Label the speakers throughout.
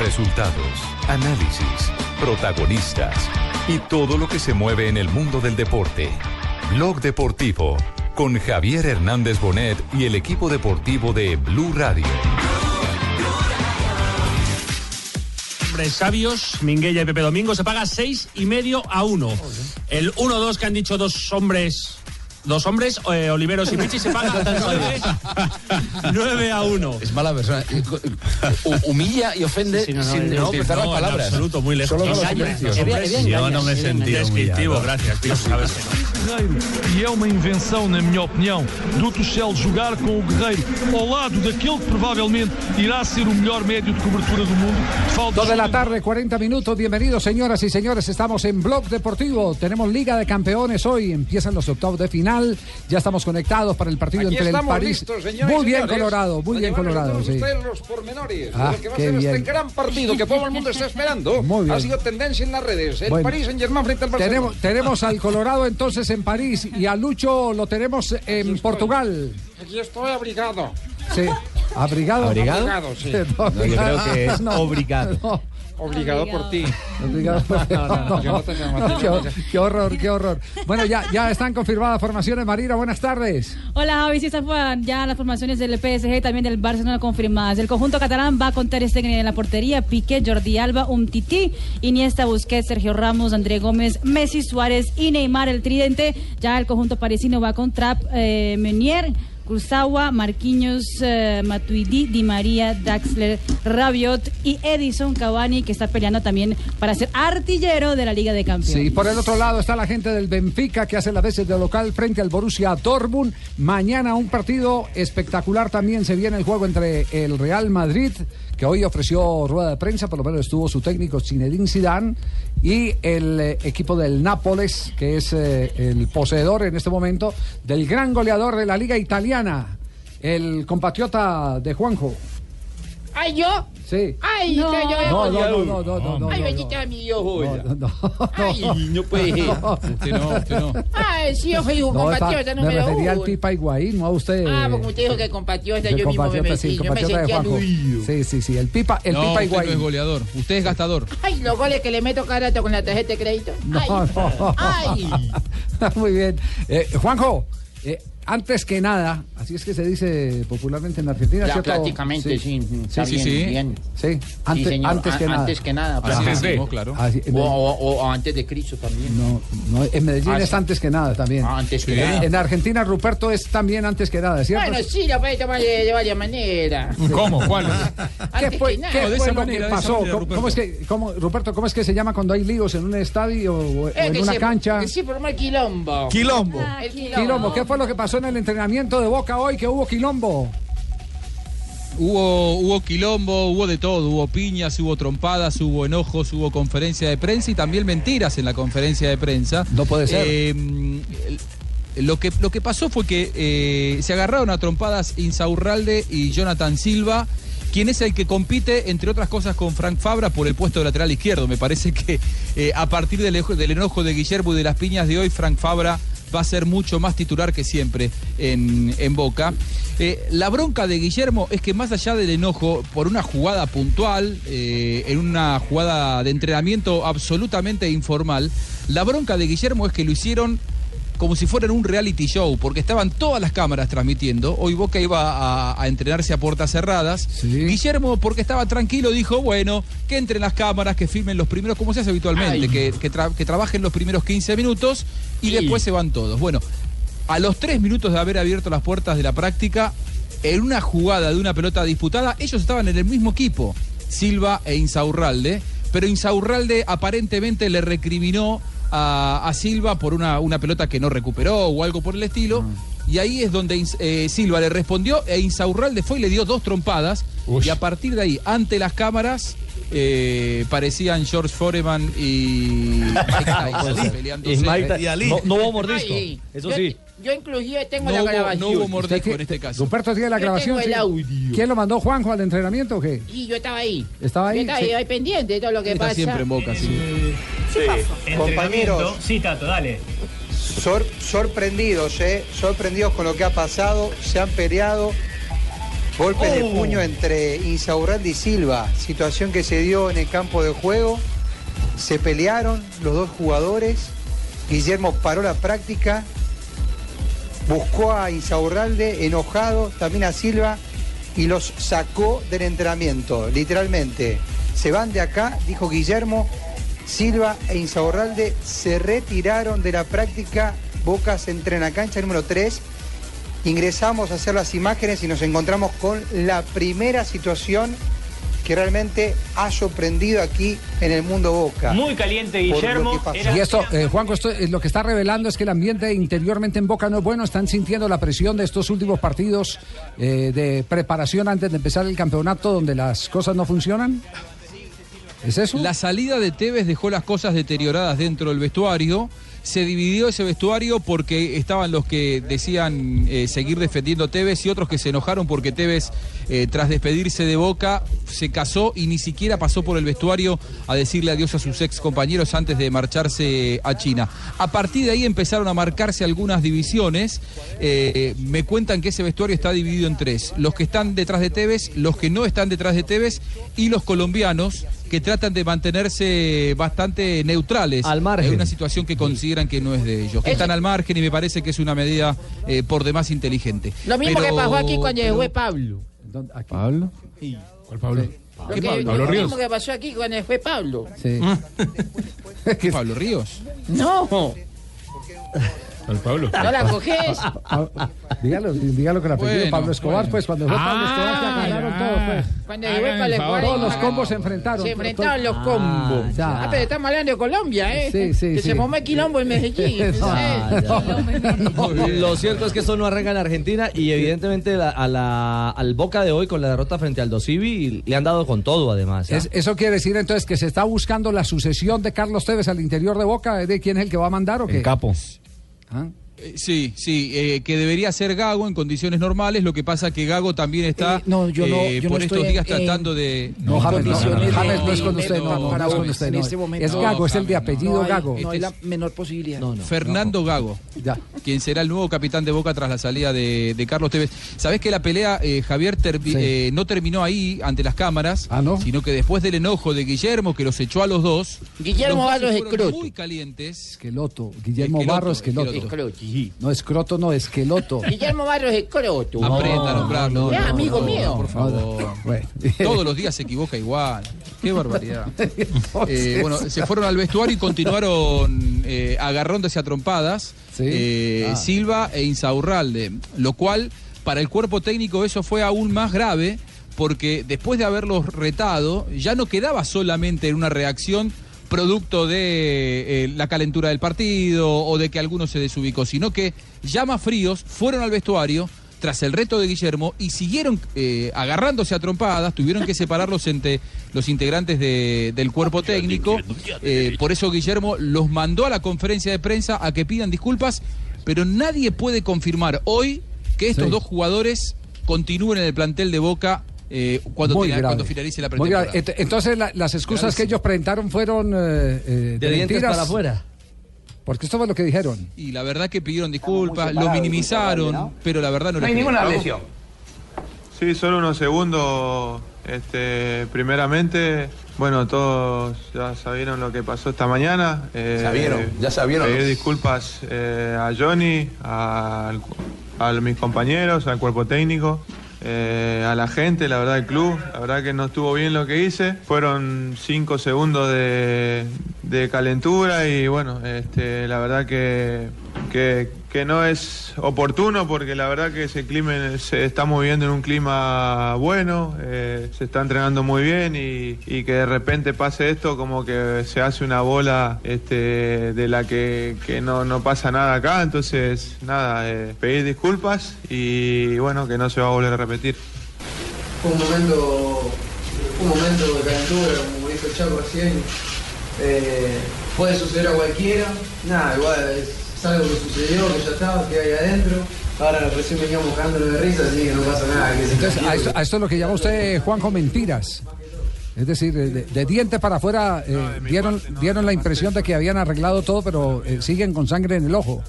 Speaker 1: Resultados, análisis, protagonistas y todo lo que se mueve en el mundo del deporte. Blog Deportivo con Javier Hernández Bonet y el equipo deportivo de Blue Radio.
Speaker 2: Hombres sabios, Minguella y Pepe Domingo se paga seis y medio a uno. El 1-2 que han dicho dos hombres. Dos hombres, eh, Oliveros y Pichi, se paga 9, 9 a 1.
Speaker 3: Es mala persona. Hu- Humilla y ofende
Speaker 2: Sí, sí, no, no,
Speaker 3: sin
Speaker 2: no,
Speaker 3: utilizar
Speaker 2: no,
Speaker 3: las
Speaker 2: en
Speaker 3: palabras.
Speaker 2: absoluto, muy lejos.
Speaker 3: Solo con los
Speaker 2: Engaña,
Speaker 3: silencios.
Speaker 2: engaña, engaña,
Speaker 4: Yo no me he
Speaker 2: engaña.
Speaker 4: sentido
Speaker 2: Descriptivo,
Speaker 4: humillado.
Speaker 2: gracias, tío, sabes que no.
Speaker 5: E é uma invenção, na minha opinião, do Tuchel jogar com o Guerreiro ao lado daquele que provavelmente irá ser o melhor médio de cobertura do mundo. Falta
Speaker 6: Dos de la tarde, 40 minutos. Bienvenidos, señoras y señores. Estamos en Blog Deportivo. Tenemos Liga de Campeones hoy. Empiezan los octavos de final. Ya estamos conectados para el partido
Speaker 7: Aquí
Speaker 6: entre el
Speaker 7: estamos
Speaker 6: París.
Speaker 7: listos, señores.
Speaker 6: muy bien,
Speaker 7: señores,
Speaker 6: Colorado. Muy
Speaker 7: para
Speaker 6: bien,
Speaker 7: llevarles
Speaker 6: Colorado.
Speaker 7: todos
Speaker 6: Sí.
Speaker 7: ustedes los pormenores
Speaker 6: Ah,
Speaker 7: de lo que va a
Speaker 6: qué
Speaker 7: ser este
Speaker 6: bien.
Speaker 7: gran partido que todo el mundo está esperando.
Speaker 6: Muy bien.
Speaker 7: Ha sido tendencia en las redes. El
Speaker 6: Bueno.
Speaker 7: París Saint Germain frente al Barcelona.
Speaker 6: Tenemos, tenemos al Colorado entonces en París y a Lucho lo tenemos en Portugal.
Speaker 7: Aquí estoy abrigado.
Speaker 6: Sí. Abrigado.
Speaker 4: ¿Abrigado?
Speaker 7: Abrigado, sí.
Speaker 6: No,
Speaker 4: No, yo creo que es obligado.
Speaker 6: no.
Speaker 7: Obligado por ti.
Speaker 6: Obrigado.
Speaker 7: yo no tengo más
Speaker 6: Qué, hor- qué horror, qué horror. Bueno, ya, ya están confirmadas formaciones. Marina, buenas tardes.
Speaker 8: Hola Javi, sí, estas fueron ya las formaciones del PSG y también del Barcelona confirmadas. El conjunto catalán va con Ter Stegen en la portería, Piqué, Jordi Alba, Umtiti, Iniesta, Busquets, Sergio Ramos, André Gómez, Messi, Suárez y Neymar, el tridente. Ya el conjunto parisino va con Trap, eh, Meunier, Kurzawa, Marquinhos, eh, Matuidi, Di María, Daxler, Rabiot y Edison Cavani, que está peleando también para ser artillero de la Liga de Campeones.
Speaker 6: Sí, por el otro lado está la gente del Benfica que hace las veces de local frente al Borussia Dortmund. Mañana un partido espectacular también se viene el juego entre el Real Madrid, que hoy ofreció rueda de prensa, por lo menos estuvo su técnico Zinedine Zidane, y el eh, equipo del Nápoles, que es eh, el poseedor en este momento del gran goleador de la liga italiana, el compatriota de Juanjo.
Speaker 9: Ay, yo.
Speaker 6: Sí.
Speaker 9: Ay,
Speaker 8: No.
Speaker 9: que yo
Speaker 6: No,
Speaker 9: he
Speaker 6: no,
Speaker 9: goleado.
Speaker 6: no, no, no, no, no,
Speaker 9: Ay,
Speaker 6: no,
Speaker 9: bendita mi yo, joya.
Speaker 6: no, no.
Speaker 9: Ay,
Speaker 4: No puede no,
Speaker 9: ay, sí, yo soy un
Speaker 6: No, epa,
Speaker 9: compatriota
Speaker 6: me
Speaker 9: número
Speaker 6: refería al
Speaker 9: uno.
Speaker 6: Pipa Higuaín, no a usted.
Speaker 9: Ah, porque usted dijo que compatriota,
Speaker 6: El
Speaker 9: yo mismo me
Speaker 6: compatriota,
Speaker 9: metí,
Speaker 6: sí,
Speaker 9: yo me
Speaker 6: compatriota de
Speaker 9: sentía
Speaker 6: Juanjo.
Speaker 9: nulo.
Speaker 6: Sí, sí, sí, el Pipa, el Pipa Higuaín.
Speaker 4: goleador, usted es gastador.
Speaker 9: Ay, los goles que le meto cada rato con la tarjeta de crédito. Ay,
Speaker 6: No, no.
Speaker 9: ay.
Speaker 6: Muy bien. Eh, Juanjo, eh, antes que nada, así es que se dice popularmente en Argentina,
Speaker 7: Ya
Speaker 6: ¿cierto?
Speaker 7: prácticamente, sí. está
Speaker 4: sí,
Speaker 7: bien,
Speaker 4: sí.
Speaker 7: bien.
Speaker 6: Sí, antes,
Speaker 7: Sí, señor,
Speaker 6: antes que
Speaker 7: a-
Speaker 6: nada. Ah,
Speaker 7: Antes que nada.
Speaker 4: Antes de.
Speaker 6: Así-
Speaker 7: O, o- o- o antes de Cristo también.
Speaker 6: no, no, en Medellín
Speaker 7: Ah,
Speaker 6: es
Speaker 7: sí.
Speaker 6: antes que nada también.
Speaker 7: Ah, antes que
Speaker 4: Sí.
Speaker 7: nada.
Speaker 6: En Argentina, Ruperto es también antes que nada, ¿cierto?
Speaker 9: Bueno, sí, lo puede tomar de, de varias maneras. Ah,
Speaker 4: ¿Cómo? ¿Cuál?
Speaker 6: ¿Qué
Speaker 9: Antes
Speaker 6: fue,
Speaker 9: que nada.
Speaker 6: qué
Speaker 4: No, de
Speaker 6: fue
Speaker 4: esa
Speaker 6: lo
Speaker 4: manera, de
Speaker 6: que
Speaker 4: esa
Speaker 6: pasó?
Speaker 4: manera,
Speaker 6: ¿Cómo, cómo es que, cómo, Ruperto, ¿cómo es que se llama cuando hay líos en un estadio o, o
Speaker 9: Es
Speaker 6: en
Speaker 9: Eh, que
Speaker 6: una
Speaker 9: se-
Speaker 6: cancha?
Speaker 9: Sí, por mal quilombo.
Speaker 4: Quilombo.
Speaker 8: Ah,
Speaker 9: El
Speaker 8: qué
Speaker 6: Quilombo, ¿qué fue lo que pasó en el entrenamiento de Boca hoy que hubo quilombo?
Speaker 10: Hubo, hubo quilombo, hubo de todo, hubo piñas, hubo trompadas, hubo enojos, hubo conferencia de prensa y también mentiras en la conferencia de prensa.
Speaker 6: No puede ser.
Speaker 10: Eh, el- lo, que, lo que pasó fue que eh, se agarraron a trompadas Insaurralde y Jonathan Silva, quien es el que compite, entre otras cosas, con Frank Fabra por el puesto de lateral izquierdo. Me parece que eh, a partir del, ejo- del enojo de Guillermo y de las piñas de hoy, Frank Fabra va a ser mucho más titular que siempre en, en Boca. Eh, la bronca de Guillermo es que más allá del enojo por una jugada puntual, eh, en una jugada de entrenamiento absolutamente informal, la bronca de Guillermo es que lo hicieron como si fuera en un reality show, porque estaban todas las cámaras transmitiendo. Hoy Boca iba a, a entrenarse a puertas cerradas.
Speaker 6: Sí.
Speaker 10: Guillermo, porque estaba tranquilo, dijo, bueno, que entren las cámaras, que firmen los primeros, como se hace habitualmente, que, que tra- que trabajen los primeros 15 minutos y después se van todos. Bueno, a los tres minutos de haber abierto las puertas de la práctica, en una jugada de una pelota disputada, ellos estaban en el mismo equipo, Silva e Insaurralde, pero Insaurralde aparentemente le recriminó a, a Silva por una, una pelota que no recuperó o algo por el estilo.
Speaker 4: Mm.
Speaker 10: Y ahí es donde Ins- eh, Silva le respondió e Insaurralde fue y le dio dos trompadas. Y a partir de ahí, ante las cámaras, eh, parecían George Foreman y Mike Tyson peleándose.
Speaker 4: No, no hubo mordisco.
Speaker 9: Ay,
Speaker 4: Eso
Speaker 9: yo-
Speaker 4: sí.
Speaker 9: Yo inclusive tengo
Speaker 10: No
Speaker 9: la
Speaker 10: hubo,
Speaker 9: grabación.
Speaker 10: no hubo
Speaker 6: ¿Usted
Speaker 10: mordisco
Speaker 6: qué-
Speaker 10: en este caso.
Speaker 6: Ruperto tiene la
Speaker 9: Yo
Speaker 6: grabación.
Speaker 9: tengo
Speaker 6: sí.
Speaker 9: el audio.
Speaker 6: ¿Quién lo mandó Juanjo al entrenamiento o qué?
Speaker 9: Y yo estaba ahí.
Speaker 6: ¿Estaba ahí?
Speaker 9: Yo estaba
Speaker 6: Sí.
Speaker 9: ahí, ahí pendiente de todo lo que
Speaker 10: Está
Speaker 9: pasa.
Speaker 10: siempre en boca, sí.
Speaker 11: Compañeros,
Speaker 2: Sí, Tato, dale.
Speaker 11: sor- sorprendidos, ¿eh? Sorprendidos con lo que ha pasado, se han peleado. Golpe de
Speaker 12: Oh.
Speaker 11: puño entre Insaurralde y Silva, situación que se dio en el campo de juego. Se pelearon los dos jugadores. Guillermo paró la práctica, buscó a Insaurralde enojado, también a Silva, y los sacó del entrenamiento, literalmente. Se van de acá, dijo Guillermo. Silva e Insaurralde se retiraron de la práctica. Bocas entrena cancha número 3 ingresamos a hacer las imágenes y nos encontramos con la primera situación que realmente ha sorprendido aquí en el mundo Boca.
Speaker 9: Muy caliente,
Speaker 11: Por lo
Speaker 9: Guillermo.
Speaker 11: que pasó.
Speaker 9: Era-
Speaker 6: Y esto, eh, Juanco, esto, eh, lo que está revelando es que el ambiente interiormente en Boca no es bueno. Están sintiendo la presión de estos últimos partidos eh, de preparación antes de empezar el campeonato, donde las cosas no funcionan. ¿Es eso?
Speaker 10: La salida de Tevez dejó las cosas deterioradas dentro del vestuario. Se dividió ese vestuario porque estaban los que decían eh, seguir defendiendo a Tevez y otros que se enojaron porque Tevez, eh, tras despedirse de Boca, se casó y ni siquiera pasó por el vestuario a decirle adiós a sus ex compañeros antes de marcharse a China. A partir de ahí empezaron a marcarse algunas divisiones. Eh, me cuentan que ese vestuario está dividido en tres: los que están detrás de Tevez, los que no están detrás de Tevez y los colombianos que tratan de mantenerse bastante neutrales al margen. una situación que consideran que no es de ellos, que están al margen y me parece que es una medida eh, por demás inteligente.
Speaker 13: Lo mismo
Speaker 10: Pero-
Speaker 13: que pasó aquí cuando
Speaker 10: pero-
Speaker 13: llegó Pablo.
Speaker 10: ¿Pablo?
Speaker 14: ¿Cuál Pablo?
Speaker 13: Lo, que- lo mismo que pasó aquí cuando fue Pablo.
Speaker 6: Ah.
Speaker 10: ¿Pablo Ríos?
Speaker 13: No.
Speaker 14: ¿Al Pablo?
Speaker 13: No la coges.
Speaker 6: Ah, Dígalo, dígalo con apellido
Speaker 13: Bueno,
Speaker 6: Pablo Escobar,
Speaker 13: bueno.
Speaker 6: pues cuando fue Pablo
Speaker 13: Ah,
Speaker 6: Escobar se agarraron todos, pues.
Speaker 13: Cuando llegó Pablo Escobar.
Speaker 6: Todos los combos se enfrentaron.
Speaker 13: Se enfrentaron los
Speaker 6: Ah,
Speaker 13: combos.
Speaker 6: ya.
Speaker 13: Ah, pero estamos hablando de Colombia, ¿eh?
Speaker 6: Sí, sí,
Speaker 13: que
Speaker 6: sí.
Speaker 13: se formó el quilombo en Medellín.
Speaker 4: Ah,
Speaker 13: ¿eh?
Speaker 4: Lo cierto es que eso no arranca en Argentina y evidentemente la- a la- al Boca de hoy con la derrota frente al Dosivi le han dado con todo además. ¿ah?
Speaker 6: Es- eso quiere decir entonces que se está buscando la sucesión de Carlos Tevez al interior de Boca, ¿eh? de quién es el que va a mandar o qué?
Speaker 10: capo.
Speaker 6: Ah.
Speaker 10: Eh, Sí, sí, eh, que debería ser Gago en condiciones normales, lo que pasa que Gago también está
Speaker 6: no, yo no-
Speaker 10: eh,
Speaker 6: yo no
Speaker 10: por
Speaker 6: estoy
Speaker 10: estos días
Speaker 6: en-
Speaker 10: tratando de...
Speaker 6: No, James, no, no, no, James no es con usted, no,
Speaker 10: no,
Speaker 6: no, no es con
Speaker 10: James.
Speaker 6: usted,
Speaker 10: En
Speaker 6: no.
Speaker 10: este momento
Speaker 6: Es
Speaker 10: no,
Speaker 6: Gago, es el
Speaker 10: James,
Speaker 6: de
Speaker 10: no.
Speaker 6: apellido
Speaker 10: No hay-
Speaker 6: Gago.
Speaker 10: no hay la
Speaker 13: menor posibilidad.
Speaker 10: Fernando Gago, quien será el nuevo capitán de Boca tras la salida de, de Carlos Tevez. Sabés que la pelea, eh, Javier, termi- eh, no terminó ahí ante las cámaras, sino que después del enojo de Guillermo, que los echó a los dos, los
Speaker 6: Guillermo
Speaker 10: dos
Speaker 6: Barros
Speaker 10: se fueron
Speaker 6: Escroto.
Speaker 10: muy calientes.
Speaker 6: Esqueloto, Guillermo
Speaker 10: Esqueloto,
Speaker 6: Barro Esqueloto.
Speaker 10: esqueloto.
Speaker 6: No, escroto no, esqueloto.
Speaker 13: Guillermo Barros es coroto.
Speaker 10: Aprenda a nombrarlo.
Speaker 13: Ya, amigo mío.
Speaker 10: Por favor. Todos los días se equivoca igual. Qué barbaridad. Eh, bueno, se fueron al vestuario y continuaron eh, agarrándose a trompadas eh,
Speaker 15: Ah.
Speaker 10: Silva e Insaurralde, lo cual para el cuerpo técnico eso fue aún más grave porque después de haberlos retado ya no quedaba solamente en una reacción producto de eh, la calentura del partido o de que alguno se desubicó, sino que ya más fríos fueron al vestuario tras el reto de Guillermo y siguieron eh, agarrándose a trompadas, tuvieron que separarlos entre los integrantes de- del cuerpo técnico. Eh, por eso Guillermo los mandó a la conferencia de prensa a que pidan disculpas, pero nadie puede confirmar hoy que estos
Speaker 6: Sí.
Speaker 10: dos jugadores continúen en el plantel de Boca eh, cuando,
Speaker 6: Muy
Speaker 10: tenga-
Speaker 6: grave.
Speaker 10: cuando finalice la
Speaker 6: Muy grave. Este-
Speaker 10: pretemporada.
Speaker 6: Ent- Entonces la- las excusas
Speaker 10: Gravísimo.
Speaker 6: que ellos presentaron fueron eh, eh, de, mentiras. Porque esto fue lo que dijeron.
Speaker 10: Y la verdad que pidieron disculpas, lo minimizaron, pero la verdad no,
Speaker 6: No hay
Speaker 10: le
Speaker 6: ninguna
Speaker 10: creo.
Speaker 6: lesión.
Speaker 16: Sí, solo unos segundos. Este, primeramente, bueno, todos ya sabieron lo que pasó esta mañana. Eh,
Speaker 17: Sabieron, ya sabieron.
Speaker 16: Pedir disculpas eh, a Johnny, al- a, mis compañeros, al cuerpo técnico, eh, a la gente, la verdad, el club. La verdad que no estuvo bien lo que hice. Fueron cinco segundos de, de calentura y bueno, este, la verdad que, que, que no es oportuno porque la verdad que ese clima se está moviendo en un clima bueno, eh, se está entrenando muy bien y, y que de repente pase esto como que se hace una bola este, de la que, que no, no pasa nada acá, entonces nada, eh, pedir disculpas y bueno, que no se va a volver a repetir.
Speaker 11: Fue un momento, un momento de calentura, como dijo Chaco recién. Eh, puede suceder a cualquiera. Nada, igual es, es algo que sucedió, que ya estaba, que hay adentro. Ahora recién veníamos cagándonos de risa, así que no pasa nada. Que se
Speaker 6: Entonces, a esto, a esto es lo que llama usted, Juanjo, mentiras. Es decir, eh, de, de diente para afuera eh, dieron, dieron la impresión de que habían arreglado todo, pero eh, siguen con sangre en el ojo.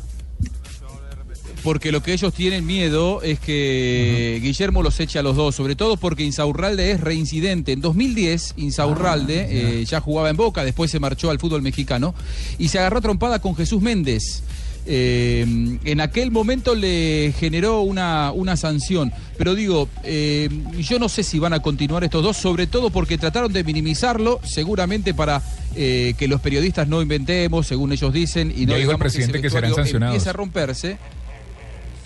Speaker 10: porque lo que ellos tienen miedo es que Guillermo los eche a los dos, sobre todo porque Insaurralde es reincidente. En 2010,
Speaker 12: Ah,
Speaker 10: Insaurralde eh, ya jugaba en Boca, después se marchó al fútbol mexicano y se agarró a trompada con Jesús Méndez. Eh, en aquel momento le generó una, una sanción, pero digo, eh, yo no sé si van a continuar estos dos, sobre todo porque trataron de minimizarlo, seguramente para eh, que los periodistas no inventemos, según ellos dicen, y no
Speaker 12: Ya dijo el
Speaker 10: digamos ese
Speaker 12: presidente que serán
Speaker 10: vestuario
Speaker 12: sancionados.
Speaker 10: empiece a romperse.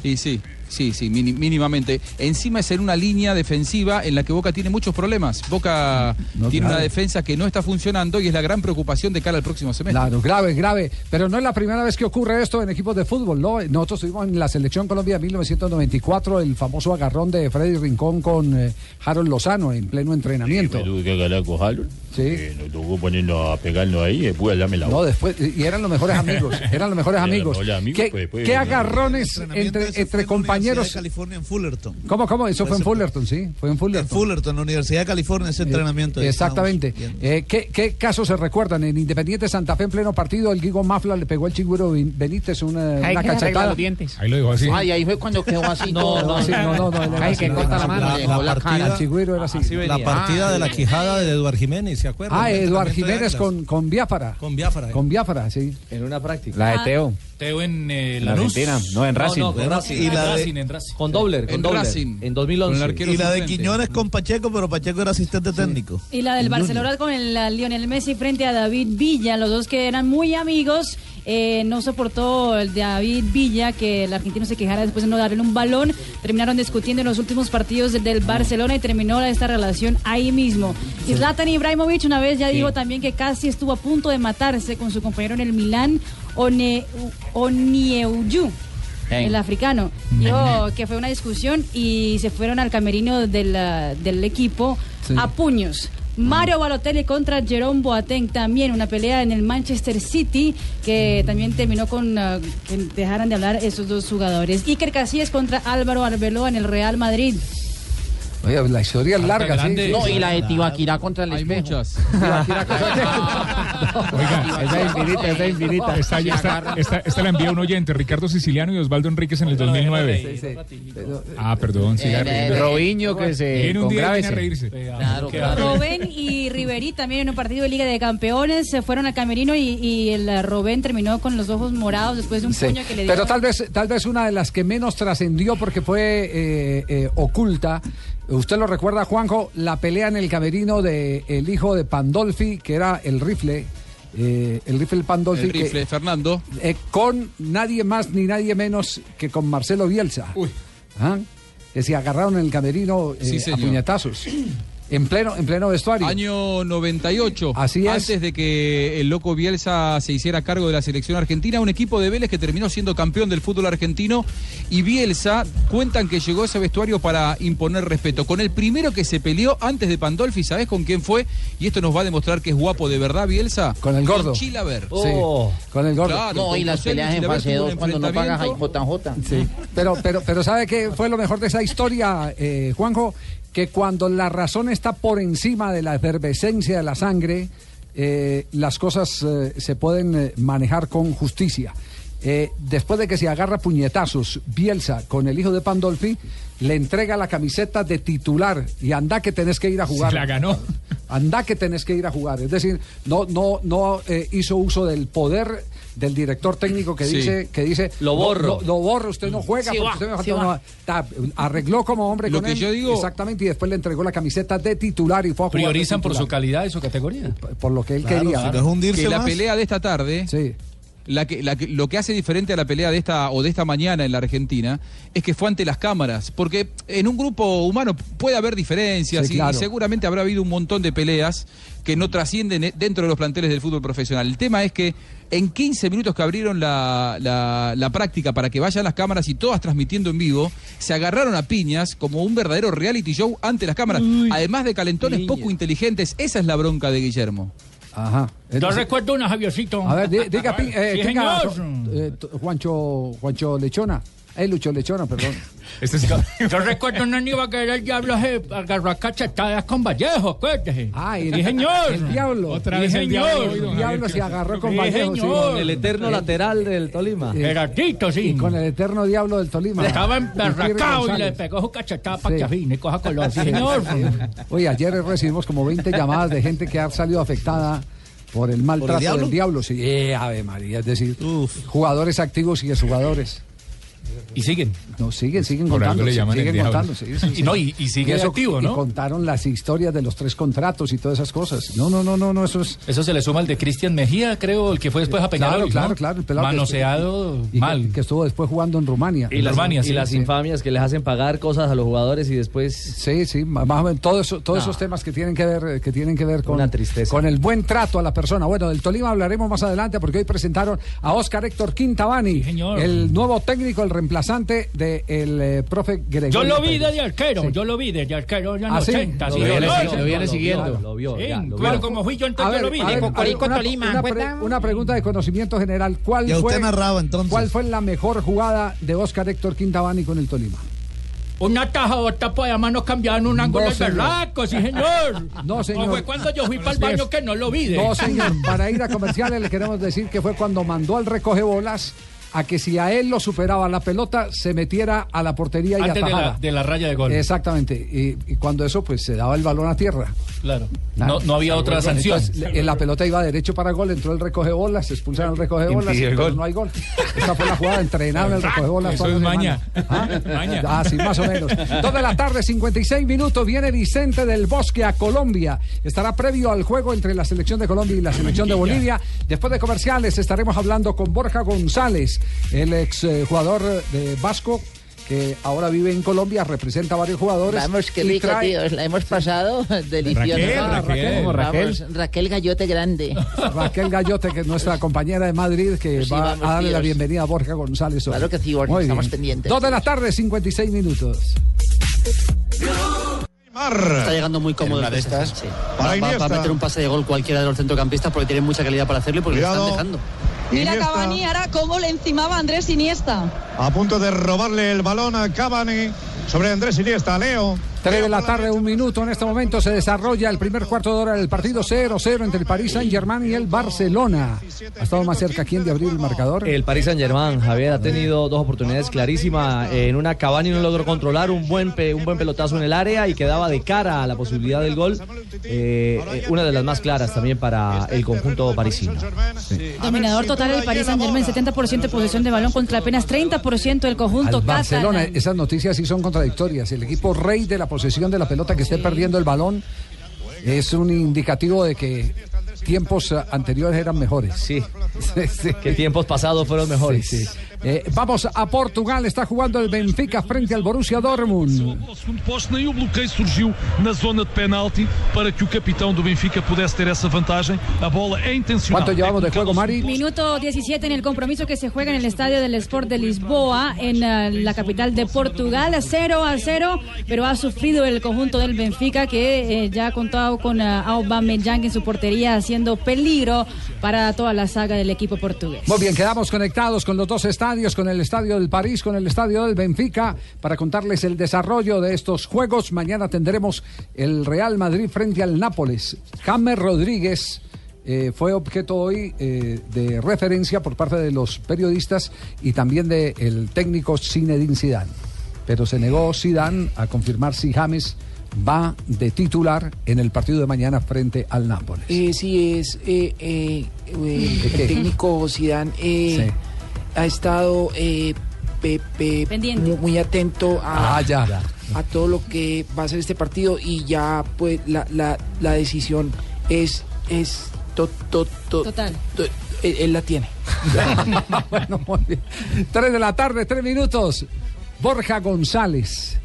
Speaker 10: Y sí, sí, sí, mini- mínimamente. Encima es en una línea defensiva en la que Boca tiene muchos problemas. Boca
Speaker 6: No,
Speaker 10: tiene
Speaker 6: claro.
Speaker 10: una defensa que no está funcionando y es la gran preocupación de cara al próximo semestre.
Speaker 6: Claro, grave, grave. Pero no es la primera vez que ocurre esto en equipos de fútbol, ¿no? Nosotros tuvimos en la Selección Colombia de 1994 el famoso agarrón de Freddy Rincón con eh, Harold Lozano en pleno entrenamiento.
Speaker 9: Me tuve que agarrar con Harold. Eh,
Speaker 6: Sí.
Speaker 9: nos tocó ponernos a pegarnos ahí y después darme la
Speaker 6: No, después, y eran los mejores amigos, eran los mejores
Speaker 9: Eran los
Speaker 6: amigos.
Speaker 9: mejores amigos,
Speaker 6: ¿Qué,
Speaker 9: pues, después
Speaker 6: qué
Speaker 9: de un
Speaker 6: agarrones
Speaker 15: entrenamiento
Speaker 6: entre,
Speaker 15: ese
Speaker 6: entre
Speaker 15: fue en la Universidad
Speaker 6: compañeros?
Speaker 15: de California en Fullerton.
Speaker 6: ¿Cómo, cómo? Eso fue en
Speaker 15: Parece-
Speaker 6: Fullerton, sí, fue en Fullerton. Eh,
Speaker 15: Fullerton, la Universidad de California, ese entrenamiento. ahí
Speaker 6: Exactamente. Eh, ¿qué, qué casos se recuerdan? En Independiente Santa Fe, en pleno partido, el Guigo Mafla le pegó al Chigüero Ben- Benítez una, una
Speaker 13: Ay, que se arregla
Speaker 6: cachetada. Ah,
Speaker 13: los dientes.
Speaker 12: Ahí lo dijo así.
Speaker 13: Ay, ahí fue cuando quedó así.
Speaker 6: No, no, sí, no, no, no, no,
Speaker 13: Ay,
Speaker 6: no,
Speaker 13: que
Speaker 6: no,
Speaker 13: corta
Speaker 6: no,
Speaker 13: la mano,
Speaker 6: no,
Speaker 13: le dejó la cara.
Speaker 6: Chigüiro era así.
Speaker 15: La partida de la quijada de Eduard Jiménez, ¿se acuerdan?
Speaker 6: Ah,
Speaker 15: El
Speaker 6: Eduard
Speaker 15: entrenamiento de
Speaker 6: Jiménez
Speaker 15: Atlas. eh.
Speaker 6: con, con Biafara. Con Biafara. Con Biafara, sí.
Speaker 4: En una práctica.
Speaker 12: Ah.
Speaker 17: La de Teo.
Speaker 18: Teo en eh,
Speaker 17: En Argentina, no, en Racing.
Speaker 4: No, con
Speaker 17: En
Speaker 4: Racing.
Speaker 17: Y la
Speaker 4: En
Speaker 17: de-
Speaker 4: Racing, en Racing. Con Dobler, con
Speaker 15: En
Speaker 4: Dobler.
Speaker 15: Racing.
Speaker 4: En 2011.
Speaker 15: Y la de Quiñones con Pacheco, pero Pacheco era asistente técnico.
Speaker 8: Y la del
Speaker 15: El
Speaker 8: Barcelona con el la Lionel Messi frente a David Villa, los dos que eran muy amigos, eh, no soportó el David Villa que el argentino se quejara después de no darle un balón, terminaron discutiendo en los últimos partidos del- del Barcelona y terminó esta relación ahí mismo. Y Zlatan Ibrahimovic una vez ya dijo también que casi estuvo a punto de matarse con su compañero en el Milán, One, Onieuyu
Speaker 19: Hey.
Speaker 8: el africano. Dijo que fue una discusión y se fueron al camerino del, ah, del equipo
Speaker 2: Sí.
Speaker 8: a puños. Mario Balotelli contra Jerome Boateng también, una pelea en el Manchester City que también terminó con ah, que dejaran de hablar esos dos jugadores. Iker Casillas contra Álvaro Arbeloa en el Real Madrid.
Speaker 6: Oye, eh, la historia es larga, sí. sí,
Speaker 13: No,
Speaker 6: sí.
Speaker 13: y la de Tibaquirá contra el espejo. Hay muchas.
Speaker 12: Esa es infinita, esa es infinita. Esta, esta- esta- esta la envía un oyente, Ricardo Siciliano y Osvaldo Enríquez en el 2009. Ah, perdón, siga riendo.
Speaker 17: Robinho que se
Speaker 12: Viene un día y viene a
Speaker 17: congrávese.
Speaker 12: reírse.
Speaker 8: Robén y Riverí también en un partido de Liga de Campeones se fueron al camerino y, y el ah, Robén terminó con los ojos morados después de un
Speaker 6: Sí,
Speaker 8: puño que le dio.
Speaker 6: Pero tal vez, tal vez una de las que menos trascendió porque fue eh, eh, oculta. Usted lo recuerda, Juanjo, la pelea en el camerino de el hijo de Pandolfi, que era el rifle, eh, el rifle Pandolfi,
Speaker 10: El
Speaker 6: que-
Speaker 10: rifle, Fernando.
Speaker 6: eh, con nadie más ni nadie menos que con Marcelo Bielsa. ¿Ah? Que se agarraron en el camerino eh,
Speaker 10: Sí, señor.
Speaker 6: a puñetazos. En pleno, en pleno vestuario.
Speaker 10: Año 98.
Speaker 6: Así es.
Speaker 10: Antes de que el loco Bielsa se hiciera cargo de la selección argentina, un equipo de Vélez que terminó siendo campeón del fútbol argentino y Bielsa cuentan que llegó a ese vestuario para imponer respeto. Con el primero que se peleó antes de Pandolfi, ¿sabes con quién fue? Y esto nos va a demostrar que es guapo de verdad Bielsa.
Speaker 6: Con el gordo.
Speaker 10: Chilaver.
Speaker 6: Sí, con el gordo.
Speaker 13: No, y las peleas en fase 2 cuando no pagas a JJ.
Speaker 6: Sí. Pero, pero, pero ¿sabe qué fue lo mejor de esa historia, eh, Juanjo? Que cuando la razón está por encima de la efervescencia de la sangre, eh, las cosas eh, se pueden eh, manejar con justicia. Eh, después de que se agarra puñetazos, Bielsa con el hijo de Pandolfi le entrega la camiseta de titular y anda que tenés que ir a jugar.
Speaker 12: Se la ganó.
Speaker 6: Anda que tenés que ir a jugar. Es decir, no, no, no eh, hizo uso del poder del director técnico que
Speaker 4: Sí.
Speaker 6: dice, que dice
Speaker 4: Lo
Speaker 6: no,
Speaker 4: borro.
Speaker 6: no, lo borro, usted no juega
Speaker 4: Sí
Speaker 6: porque
Speaker 4: va,
Speaker 6: usted me
Speaker 4: sí
Speaker 6: faltó
Speaker 4: va.
Speaker 6: una- ta- Arregló como hombre
Speaker 17: Mm. Lo
Speaker 6: con
Speaker 17: que
Speaker 6: él,
Speaker 17: yo digo-
Speaker 6: Exactamente, y después le entregó la camiseta de titular y fue a jugar. de
Speaker 17: Priorizan por su
Speaker 6: titular,
Speaker 17: calidad y su categoría.
Speaker 6: Por lo que él quería.
Speaker 10: que la pelea de esta tarde, la que, la que- lo que hace diferente a la pelea de esta o de esta mañana en la Argentina es que fue ante las cámaras, porque en un grupo humano puede haber diferencias
Speaker 6: Sí,
Speaker 10: y-
Speaker 6: claro.
Speaker 10: y seguramente habrá habido un montón de peleas que no trascienden eh, dentro de los planteles del fútbol profesional. El tema es que en 15 minutos que abrieron la, la- la práctica para que vayan las cámaras y todas transmitiendo en vivo, se agarraron a piñas como un verdadero reality show ante las cámaras, además de calentones poco inteligentes. Esa es la bronca de Guillermo.
Speaker 6: Ajá.
Speaker 17: Yo
Speaker 6: Entonces-
Speaker 17: recuerdo una, Javiercito.
Speaker 6: A ver, di- diga,
Speaker 17: A
Speaker 6: pi- eh,
Speaker 17: Ah, sí,
Speaker 6: tenga,
Speaker 17: señor.
Speaker 6: eh, t- Juancho, Juancho Lechona. Eh, Lucho Lechona, perdón.
Speaker 12: Este sí.
Speaker 17: Yo recuerdo una niña que era el diablo se agarró a cachetadas con Vallejo, acuérdese.
Speaker 6: Ah,
Speaker 17: Sí, señor.
Speaker 6: El diablo.
Speaker 17: Otra vez el diablo.
Speaker 6: El diablo se agarró con
Speaker 17: Sí,
Speaker 6: Vallejo. sí.
Speaker 17: señor.
Speaker 4: El eterno lateral del Tolima.
Speaker 6: Eh, Y con el eterno diablo del Tolima.
Speaker 17: Estaba
Speaker 6: Kirk
Speaker 17: emberracado y le
Speaker 6: González.
Speaker 17: pegó su cachetada para
Speaker 6: Sí.
Speaker 17: que afine, coja color. Sí,
Speaker 6: Sí,
Speaker 17: señor.
Speaker 6: sí. Oye, ayer recibimos como 20 llamadas de gente que ha salido afectada por el maltrato
Speaker 17: diablo?
Speaker 6: del diablo. Sí, eh, Ave María, es decir, jugadores activos y exjugadores.
Speaker 17: Y siguen.
Speaker 6: No, siguen, siguen
Speaker 12: Por algo
Speaker 6: contando.
Speaker 12: le
Speaker 6: sí,
Speaker 12: llaman el
Speaker 6: Siguen
Speaker 12: diablo.
Speaker 6: contando, sí, sí,
Speaker 12: Y
Speaker 6: sí.
Speaker 12: no, y- y sigue
Speaker 6: eso-
Speaker 12: activo, ¿no?
Speaker 6: Y contaron las historias de los tres contratos y todas esas cosas. No, no, no, no, no eso es.
Speaker 2: Eso se le suma al de Cristian Mejía, creo, el que fue después a
Speaker 6: Claro,
Speaker 2: Peñarol.
Speaker 6: claro,
Speaker 2: ¿no?
Speaker 6: claro. el pelado que-
Speaker 2: Manoseado
Speaker 6: y que-
Speaker 2: mal.
Speaker 6: Que estuvo después jugando en Rumania.
Speaker 4: Y las,
Speaker 6: Rumania,
Speaker 4: y
Speaker 6: sí,
Speaker 4: las
Speaker 6: sí.
Speaker 4: infamias que les hacen pagar cosas a los jugadores y después.
Speaker 6: Sí, sí, más o menos todo eso- todos
Speaker 4: No.
Speaker 6: esos temas que tienen que ver, eh, que tienen que ver con,
Speaker 4: Una tristeza.
Speaker 6: con el buen trato a la persona. Bueno, del Tolima hablaremos más adelante porque hoy presentaron a Oscar Héctor Quintabani, el nuevo técnico, el reemplazante del de el, eh, profe Gregorio.
Speaker 17: Yo lo vi
Speaker 6: Pérez.
Speaker 17: desde arquero, yo lo vi desde arquero en los
Speaker 6: ¿Ah, sí?
Speaker 17: 80.
Speaker 6: Lo
Speaker 17: sí,
Speaker 6: viene-
Speaker 17: señor.
Speaker 6: lo viene siguiendo.
Speaker 4: Lo vio,
Speaker 17: Sí,
Speaker 4: ya, lo
Speaker 17: claro,
Speaker 4: vio.
Speaker 17: como fui yo
Speaker 6: A
Speaker 17: entonces,
Speaker 6: ver,
Speaker 17: yo lo vi.
Speaker 6: a ver,
Speaker 17: Digo,
Speaker 6: a ver,
Speaker 17: Cocorico,
Speaker 6: una,
Speaker 17: Tolima,
Speaker 6: una
Speaker 17: ¿cuenta?
Speaker 6: pre- una pregunta de conocimiento general. ¿Cuál
Speaker 15: Y a
Speaker 6: fue,
Speaker 15: usted narraba, entonces.
Speaker 6: ¿Cuál fue la mejor jugada de Oscar Héctor Quintabani con el Tolima?
Speaker 17: Una taja o tapa de pues, mano cambiaron un ángulo
Speaker 6: No,
Speaker 17: de
Speaker 6: señor.
Speaker 17: berraco, sí, señor.
Speaker 6: No, señor.
Speaker 17: O fue cuando yo
Speaker 2: Ah,
Speaker 17: fui para el baño que no lo vi. de-
Speaker 6: No, señor, para ir a comerciales le queremos decir que fue cuando mandó al recoge bolas a que si a él lo superaba la pelota, se metiera a la portería y
Speaker 2: Antes de
Speaker 6: atajara.
Speaker 2: la, de la raya de gol.
Speaker 6: Exactamente. Y, y cuando eso, pues se daba el balón a tierra.
Speaker 2: Claro. No, no había otra sanción.
Speaker 6: Entonces, le- la pelota iba derecho para gol, entró el recoge bolas, se expulsaron el recoge bolas,
Speaker 2: Impidió el
Speaker 6: pero
Speaker 2: gol.
Speaker 6: no hay gol. Esa fue la jugada entrenada en el recoge bolas.
Speaker 12: Eso
Speaker 6: toda
Speaker 12: es
Speaker 6: la
Speaker 12: maña.
Speaker 6: semana. ¿Ah?
Speaker 12: Maña.
Speaker 6: Ah, sí, más o menos. Dos de la tarde, 56 minutos, viene Vicente del Bosque a Colombia. Estará previo al juego entre la selección de Colombia y la selección de Bolivia. Después de comerciales estaremos hablando con Borja González, el ex eh, jugador de Vasco que ahora vive en Colombia, representa a varios jugadores.
Speaker 13: Vamos, qué
Speaker 6: y
Speaker 13: rico,
Speaker 6: trae-
Speaker 13: tíos. La hemos pasado deliciosa.
Speaker 6: Raquel,
Speaker 13: Ah,
Speaker 6: Raquel. ¿Cómo, Raquel?
Speaker 13: Vamos, Raquel Gallote Grande.
Speaker 6: Raquel Gallote, que es nuestra compañera de Madrid, que
Speaker 13: Pues Sí,
Speaker 6: va
Speaker 13: vamos,
Speaker 6: a darle la
Speaker 13: tíos.
Speaker 6: bienvenida a Borja González. hoy.
Speaker 13: Claro que sí, Borja,
Speaker 6: Muy
Speaker 13: estamos
Speaker 6: bien.
Speaker 13: pendientes.
Speaker 6: Dos de la tarde, 56 minutos.
Speaker 20: Está llegando muy cómodo
Speaker 21: En una de
Speaker 20: César.
Speaker 21: estas.
Speaker 20: Sí.
Speaker 21: Para
Speaker 20: Va, va- va
Speaker 21: Iniesta.
Speaker 20: a meter un pase de gol cualquiera de los centrocampistas porque tienen mucha calidad para hacerlo y porque lo
Speaker 21: Cuidado.
Speaker 20: están dejando.
Speaker 22: Mira
Speaker 21: Iniesta.
Speaker 22: Cavani ahora cómo le encimaba a Andrés Iniesta.
Speaker 21: A punto de robarle el balón a Cavani sobre Andrés Iniesta, Leo.
Speaker 6: 3 de la tarde, un minuto. En este momento se desarrolla el primer cuarto de hora del partido 0-0 entre el París Saint-Germain y el Barcelona. Ha estado más cerca quién de abrir el marcador.
Speaker 4: El Paris Saint Germain, Javier, ha tenido dos oportunidades clarísimas. eh, En una Cavani no logró controlar un buen, pe- un buen pelotazo en el área y quedaba de cara a la posibilidad del gol. Eh, eh, una de las más claras también para el conjunto parisino.
Speaker 8: Dominador total del Paris Saint Germain, 70% de posesión de balón contra apenas 30% del conjunto
Speaker 6: Al Barcelona, eh,
Speaker 8: catalán.
Speaker 6: esas noticias sí son contradictorias. El equipo rey de la posesión de la pelota que esté perdiendo el balón es un indicativo de que tiempos ah, anteriores eran mejores. Sí.
Speaker 4: Que tiempos pasados fueron mejores.
Speaker 6: Sí, sí. Eh, vamos a Portugal, está jugando el Benfica frente al Borussia Dortmund.
Speaker 23: O segundo posto, nem o bloqueio surgiu na zona de penalti para que o capitão do Benfica pudesse ter essa vantagem. A bola é intencional.
Speaker 6: Quanto llevamos de juego, Mari?
Speaker 8: Minuto 17 en el compromiso que se juega en el estadio del Sport de Lisboa, en eh, la capital de Portugal, 0 a 0, pero ha sufrido el conjunto del Benfica que eh, ya ha contado con eh, Aubameyang en su portería haciendo peligro para toda la saga del equipo portugués.
Speaker 6: Muy bien, quedamos conectados con los dos estadios, con el Estadio del París, con el Estadio del Benfica, para contarles el desarrollo de estos juegos. Mañana tendremos el Real Madrid frente al Nápoles. James Rodríguez eh, fue objeto hoy eh, de referencia por parte de los periodistas y también del técnico Zinedine Zidane. Pero se negó Zidane a confirmar si James va de titular en el partido de mañana frente al Nápoles.
Speaker 3: Eh, sí, es eh, eh, eh,
Speaker 6: ¿De qué?
Speaker 3: el técnico Zidane eh,
Speaker 6: Sí.
Speaker 3: ha estado eh, pe- pe- mu- muy atento a,
Speaker 6: Ah, ya.
Speaker 3: a todo lo que va a ser este partido y ya pues la, la, la decisión es es to- to- to-
Speaker 8: Total.
Speaker 3: to- él, él la tiene.
Speaker 6: bueno, muy bien. Tres de la tarde, tres minutos. Borja González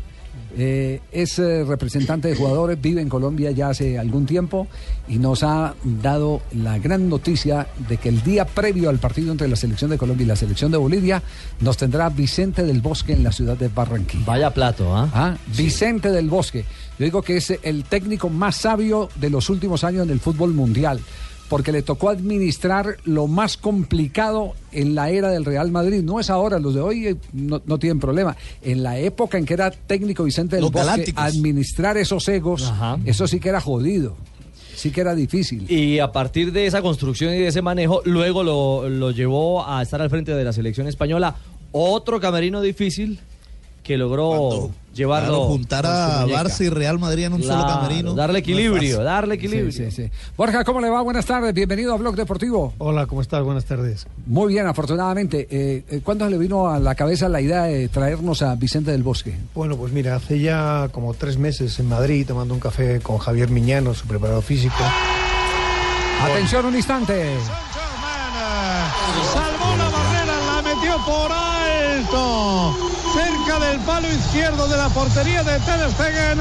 Speaker 6: eh, es eh, representante de jugadores, vive en Colombia ya hace algún tiempo y nos ha dado la gran noticia de que el día previo al partido entre la selección de Colombia y la selección de Bolivia nos tendrá Vicente del Bosque en la ciudad de Barranquilla.
Speaker 4: Vaya plato, ¿ah?
Speaker 6: Ah, Vicente del Bosque. Yo digo que es el técnico más sabio de los últimos años en el fútbol mundial. porque le tocó administrar lo más complicado en la era del Real Madrid. No es ahora, los de hoy eh, no, no tienen problema. En la época en que era técnico Vicente del
Speaker 4: Los
Speaker 6: Bosque,
Speaker 4: galácticos.
Speaker 6: administrar esos egos, eso sí que era jodido, sí que era difícil.
Speaker 4: Y a partir de esa construcción y de ese manejo, luego lo, lo llevó a estar al frente de la selección española. Otro camerino difícil que logró llevarlo.
Speaker 15: claro, juntar
Speaker 4: con su
Speaker 15: a
Speaker 4: muñeca.
Speaker 15: Barça y Real Madrid en un solo
Speaker 4: Claro,
Speaker 15: camerino.
Speaker 4: Darle equilibrio,
Speaker 15: No es fácil.
Speaker 4: darle equilibrio.
Speaker 6: Borja, ¿cómo le va? Buenas tardes, bienvenido a Blog Deportivo.
Speaker 24: Hola, ¿cómo estás? Buenas tardes.
Speaker 6: Muy bien, afortunadamente. Eh, eh, ¿Cuándo le vino a la cabeza la idea de traernos a Vicente del Bosque?
Speaker 24: Bueno, pues mira, hace ya como tres meses en Madrid tomando un café con Javier Miñano, su preparador físico.
Speaker 6: Atención un instante.
Speaker 21: Salvó la barrera, la metió por alto. Cerca del palo izquierdo de la portería de Ter Stegen.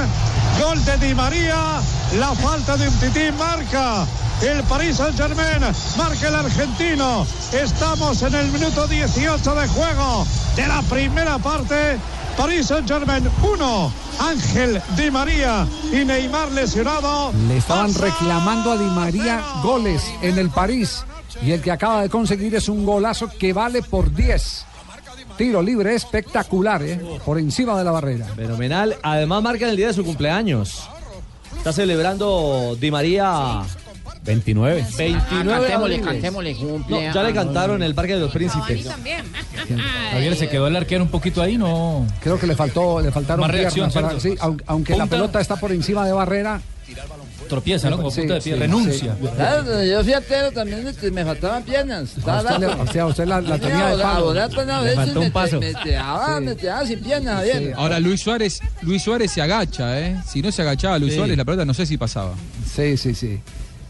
Speaker 21: Gol de Di María. La falta de Umtiti marca. El Paris Saint Germain marca el argentino. Estamos en el minuto 18 de juego de la primera parte. Paris Saint Germain 1. Ángel Di María y Neymar lesionado.
Speaker 6: Le estaban reclamando a Di María goles en el París y el que acaba de conseguir es un golazo que vale por 10. Tiro libre espectacular, ¿eh? por encima de la barrera.
Speaker 4: Fenomenal. Además marca el día de su cumpleaños. Está celebrando Di María 29. 29
Speaker 13: Ah, cantémosle,
Speaker 4: abriles.
Speaker 13: cantémosle, ah.
Speaker 4: No,
Speaker 13: cumplea-
Speaker 4: ya le cantaron en el Parque de los Príncipes.
Speaker 2: Javier, se quedó el arquero un poquito ahí, ¿no?
Speaker 6: Creo que le faltó, le faltaron
Speaker 2: Más reacción,
Speaker 6: piernas para-
Speaker 2: ¿cierto?
Speaker 6: sí, aun- aunque la
Speaker 2: Punta.
Speaker 6: pelota está por encima de barrera.
Speaker 2: Tropieza, ¿no? Como
Speaker 6: Sí,
Speaker 2: punta de pie,
Speaker 6: sí,
Speaker 2: renuncia.
Speaker 6: sí.
Speaker 13: Claro, yo fui arquero también, este, me faltaban piernas.
Speaker 6: A
Speaker 13: Estaba
Speaker 6: usted, le-
Speaker 13: loco.
Speaker 6: o sea, usted la, la
Speaker 13: Mira,
Speaker 6: tenía de
Speaker 13: ahora-
Speaker 6: palo.
Speaker 13: ahora tan a
Speaker 10: Le
Speaker 13: veces
Speaker 10: faltó un
Speaker 13: me-
Speaker 10: paso.
Speaker 13: me tiraba,
Speaker 10: Sí.
Speaker 13: me tiraba sin piernas, bien.
Speaker 10: Ahora Luis Suárez, Luis Suárez se agacha, ¿eh? Si no se agachaba Luis
Speaker 6: Sí.
Speaker 10: Suárez, la pelota no sé si pasaba.
Speaker 6: Sí, sí, sí.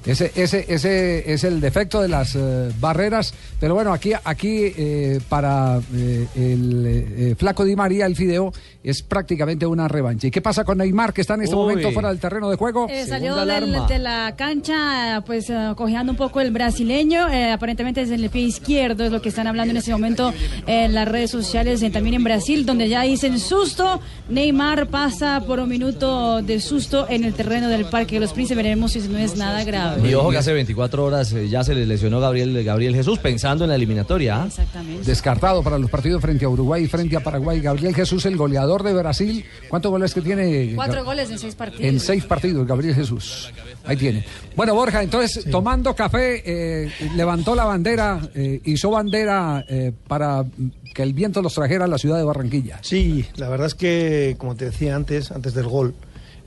Speaker 6: Ese, ese, ese es el defecto de las eh, barreras. Pero bueno, aquí, aquí eh, para eh, el eh, eh, flaco Di María, el fideo, es prácticamente una revancha. ¿Y qué pasa con Neymar, que está en este
Speaker 4: Uy.
Speaker 6: momento fuera del terreno de juego?
Speaker 8: Eh, salió del- de la cancha, pues eh, cojeando un poco el brasileño. eh, aparentemente desde el pie izquierdo es lo que están hablando en este momento en las redes sociales, eh, también en Brasil, donde ya dicen susto. Neymar pasa por un minuto de susto en el terreno del Parque de los Príncipes. Veremos si no es nada grave.
Speaker 4: Y ojo que hace 24 horas eh, ya se le lesionó Gabriel, Gabriel Jesús pensando en la eliminatoria. ¿ah?
Speaker 8: Exactamente.
Speaker 6: Descartado para los partidos frente a Uruguay y frente a Paraguay. Gabriel Jesús, el goleador de Brasil. ¿Cuántos goles que tiene?
Speaker 8: Cuatro goles en seis partidos.
Speaker 6: En seis partidos, Gabriel Jesús. Ahí tiene. Bueno, Borja, entonces, tomando café, eh, levantó la bandera, eh, hizo bandera eh, para mm, que el viento los trajera a la ciudad de Barranquilla.
Speaker 24: Sí, la verdad es que, como te decía antes, antes del gol,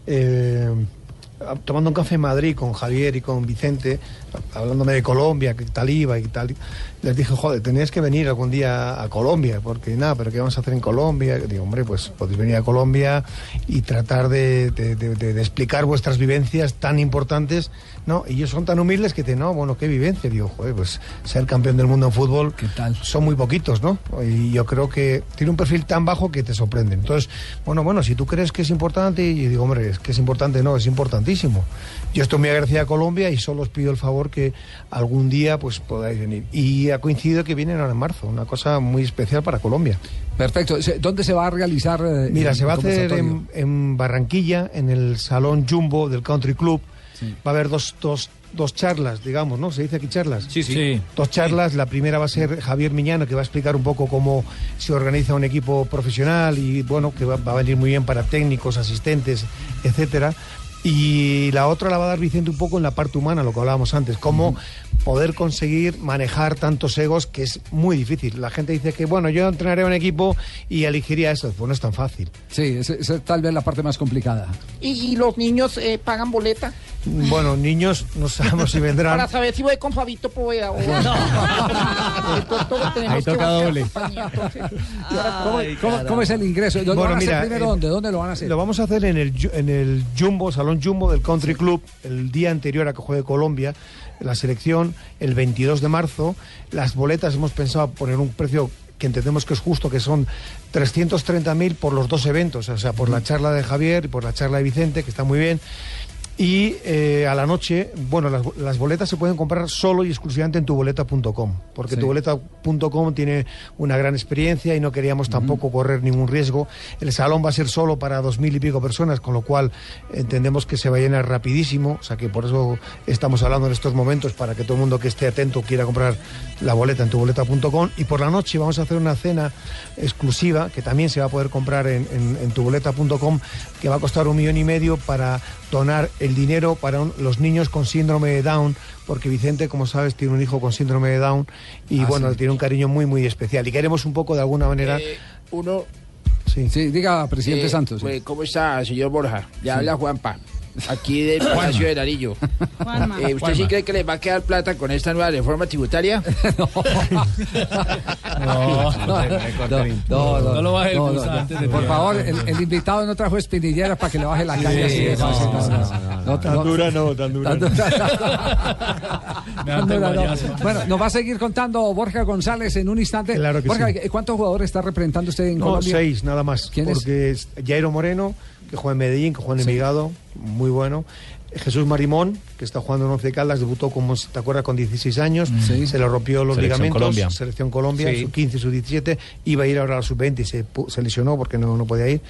Speaker 24: eh, a- tomando un café en Madrid con Javier y con Vicente, a- hablándome de Colombia, que tal iba y tal, les dije, joder, tenías que venir algún día a Colombia, porque nada, pero ¿qué vamos a hacer en Colombia? Digo, hombre, pues podéis venir a Colombia y tratar de, de- de- de- de explicar vuestras vivencias tan importantes, ¿no? Y ellos son tan humildes que te, no, bueno, qué vivencia. Digo, joder, pues ser campeón del mundo en fútbol, Son muy poquitos, ¿no? Y yo creo que tiene un perfil tan bajo que te sorprende. Entonces, bueno, bueno, si tú crees que es importante, y digo, hombre, es que es importante, no, es importantísimo. Yo estoy muy agradecido a Colombia y solo os pido el favor que algún día pues podáis venir. Y ha coincidido que vienen ahora en marzo, una cosa muy especial para Colombia.
Speaker 6: Perfecto. Se- ¿Dónde se va a realizar? eh,
Speaker 24: Mira,
Speaker 6: el
Speaker 24: se va a hacer
Speaker 6: conversatorio?
Speaker 24: en, en Barranquilla, en el Salón Jumbo del Country Club. Va a haber dos, dos, dos charlas, digamos, ¿no? ¿Se dice aquí charlas?
Speaker 10: Sí, sí. Sí.
Speaker 24: Dos charlas. La primera va a ser Javier Miñano, que va a explicar un poco cómo se organiza un equipo profesional y, bueno, que va, va a venir muy bien para técnicos, asistentes, etcétera. Y la otra la va a dar Vicente un poco en la parte humana, lo que hablábamos antes, cómo poder conseguir manejar tantos egos que es muy difícil. La gente dice que, bueno, yo entrenaré a un equipo y elegiría eso. Pues no es tan fácil.
Speaker 6: Sí, esa es tal vez la parte más complicada.
Speaker 13: ¿Y, y los niños eh, pagan boleta
Speaker 24: Bueno, niños, no sabemos si
Speaker 13: para
Speaker 24: vendrán.
Speaker 13: saber si voy con Fabito Poveda o... Entonces, todos tenemos que buscar compañía, entonces.
Speaker 6: ¿Cómo, cómo-
Speaker 24: caramba.
Speaker 6: cómo es el ingreso? ¿Lo- ¿Lo
Speaker 24: Bueno,
Speaker 6: van a hacer
Speaker 24: mira,
Speaker 6: primero
Speaker 24: eh,
Speaker 6: dónde? ¿Dónde lo van a hacer?
Speaker 24: Lo vamos a hacer en el, ju- en el Jumbo, Salón Jumbo del Country Club, el día anterior a que juegue Colombia, la selección, el 22 de marzo. Las boletas hemos pensado poner un precio que entendemos que es justo, que son
Speaker 6: Mm.
Speaker 24: 330.000 por los dos eventos, o sea, por la charla de Javier y por la charla de Vicente, que está muy bien. Y eh, a la noche, bueno, las, las boletas se pueden comprar solo y exclusivamente en tuboleta.com, porque
Speaker 14: Sí.
Speaker 24: tuboleta.com tiene una gran experiencia y no queríamos tampoco correr ningún riesgo. El salón va a ser solo para dos mil y pico personas, con lo cual entendemos que se va a llenar rapidísimo, o sea que por eso estamos hablando en estos momentos, para que todo el mundo que esté atento quiera comprar la boleta en tuboleta.com. Y por la noche vamos a hacer una cena exclusiva, que también se va a poder comprar en, en- en tuboleta.com, que va a costar un millón y medio para donar el dinero para un- los niños con síndrome de Down, porque Vicente, como sabes, tiene un hijo con síndrome de Down y
Speaker 6: Ah,
Speaker 24: bueno,
Speaker 6: sí.
Speaker 24: le tiene un cariño muy, muy especial. Y queremos un poco, de alguna manera...
Speaker 6: Eh,
Speaker 3: uno...
Speaker 24: Sí.
Speaker 6: diga, presidente
Speaker 3: Eh,
Speaker 6: Santos.
Speaker 3: pues, ¿Cómo está, señor Borja? Le habla Juanpa, aquí del
Speaker 6: Juanma.
Speaker 3: Palacio de Narillo.
Speaker 6: Juanma.
Speaker 3: Eh, ¿Usted sí
Speaker 6: Juanma.
Speaker 3: cree que le va a quedar plata con esta nueva reforma tributaria?
Speaker 6: No, no, no,
Speaker 3: No lo baje el
Speaker 6: no,
Speaker 3: bus
Speaker 6: no,
Speaker 3: antes de
Speaker 6: Por
Speaker 3: tiempo.
Speaker 6: favor, el, el invitado no trajo espinilleras para que le baje la
Speaker 3: Sí,
Speaker 6: caña. así,
Speaker 3: no,
Speaker 6: así,
Speaker 3: no,
Speaker 6: así,
Speaker 3: no,
Speaker 6: así. No, no.
Speaker 14: Tan dura no, tan dura. no.
Speaker 6: No, no, no. Bueno, nos va a seguir contando Borja Eh, González en un instante.
Speaker 24: Claro que
Speaker 6: Borja,
Speaker 24: sí.
Speaker 6: ¿cuántos jugadores está representando usted en
Speaker 24: No,
Speaker 6: Colombia?
Speaker 24: seis nada más.
Speaker 6: ¿Quién es?
Speaker 24: porque es? Jairo Moreno, que juega en Medellín, que juega en Envigado, muy bueno. Jesús Marimón, que está jugando en Once Caldas, debutó como si te acuerdas con 16 años,
Speaker 6: Mm.
Speaker 24: se le rompió los
Speaker 10: Selección
Speaker 24: ligamentos,
Speaker 10: Colombia.
Speaker 24: selección Colombia,
Speaker 10: Sí.
Speaker 24: sub 15, sub 17, iba a ir ahora a la sub 20 y se, pu- se lesionó porque no, no podía ir.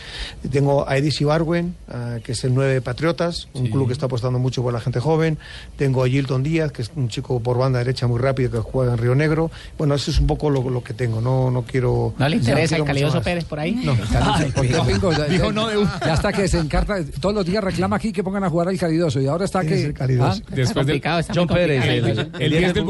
Speaker 24: Tengo a Edis Ibarwen, ah, que es el 9 de Patriotas, un club que está apostando mucho por la gente joven. Tengo a Gilton Díaz, que es un chico por banda derecha muy rápido que juega en Río Negro. Bueno, eso es un poco lo, lo que tengo, no, no quiero...
Speaker 25: ¿No le interesa
Speaker 24: quiero
Speaker 25: el
Speaker 24: mucho
Speaker 25: Calioso
Speaker 24: más.
Speaker 25: Pérez por ahí?
Speaker 24: No, Calioso,
Speaker 6: Porque
Speaker 24: no.
Speaker 6: Pingo, ya,
Speaker 25: Dijo
Speaker 6: ya-
Speaker 25: no de
Speaker 6: ya hasta que se encarta, todos los días reclama aquí que pongan a jugar al calidoso y ahora está que ¿Ah?
Speaker 25: Después del- Complicado, está muy John Pérez, complicado. el- el 10 del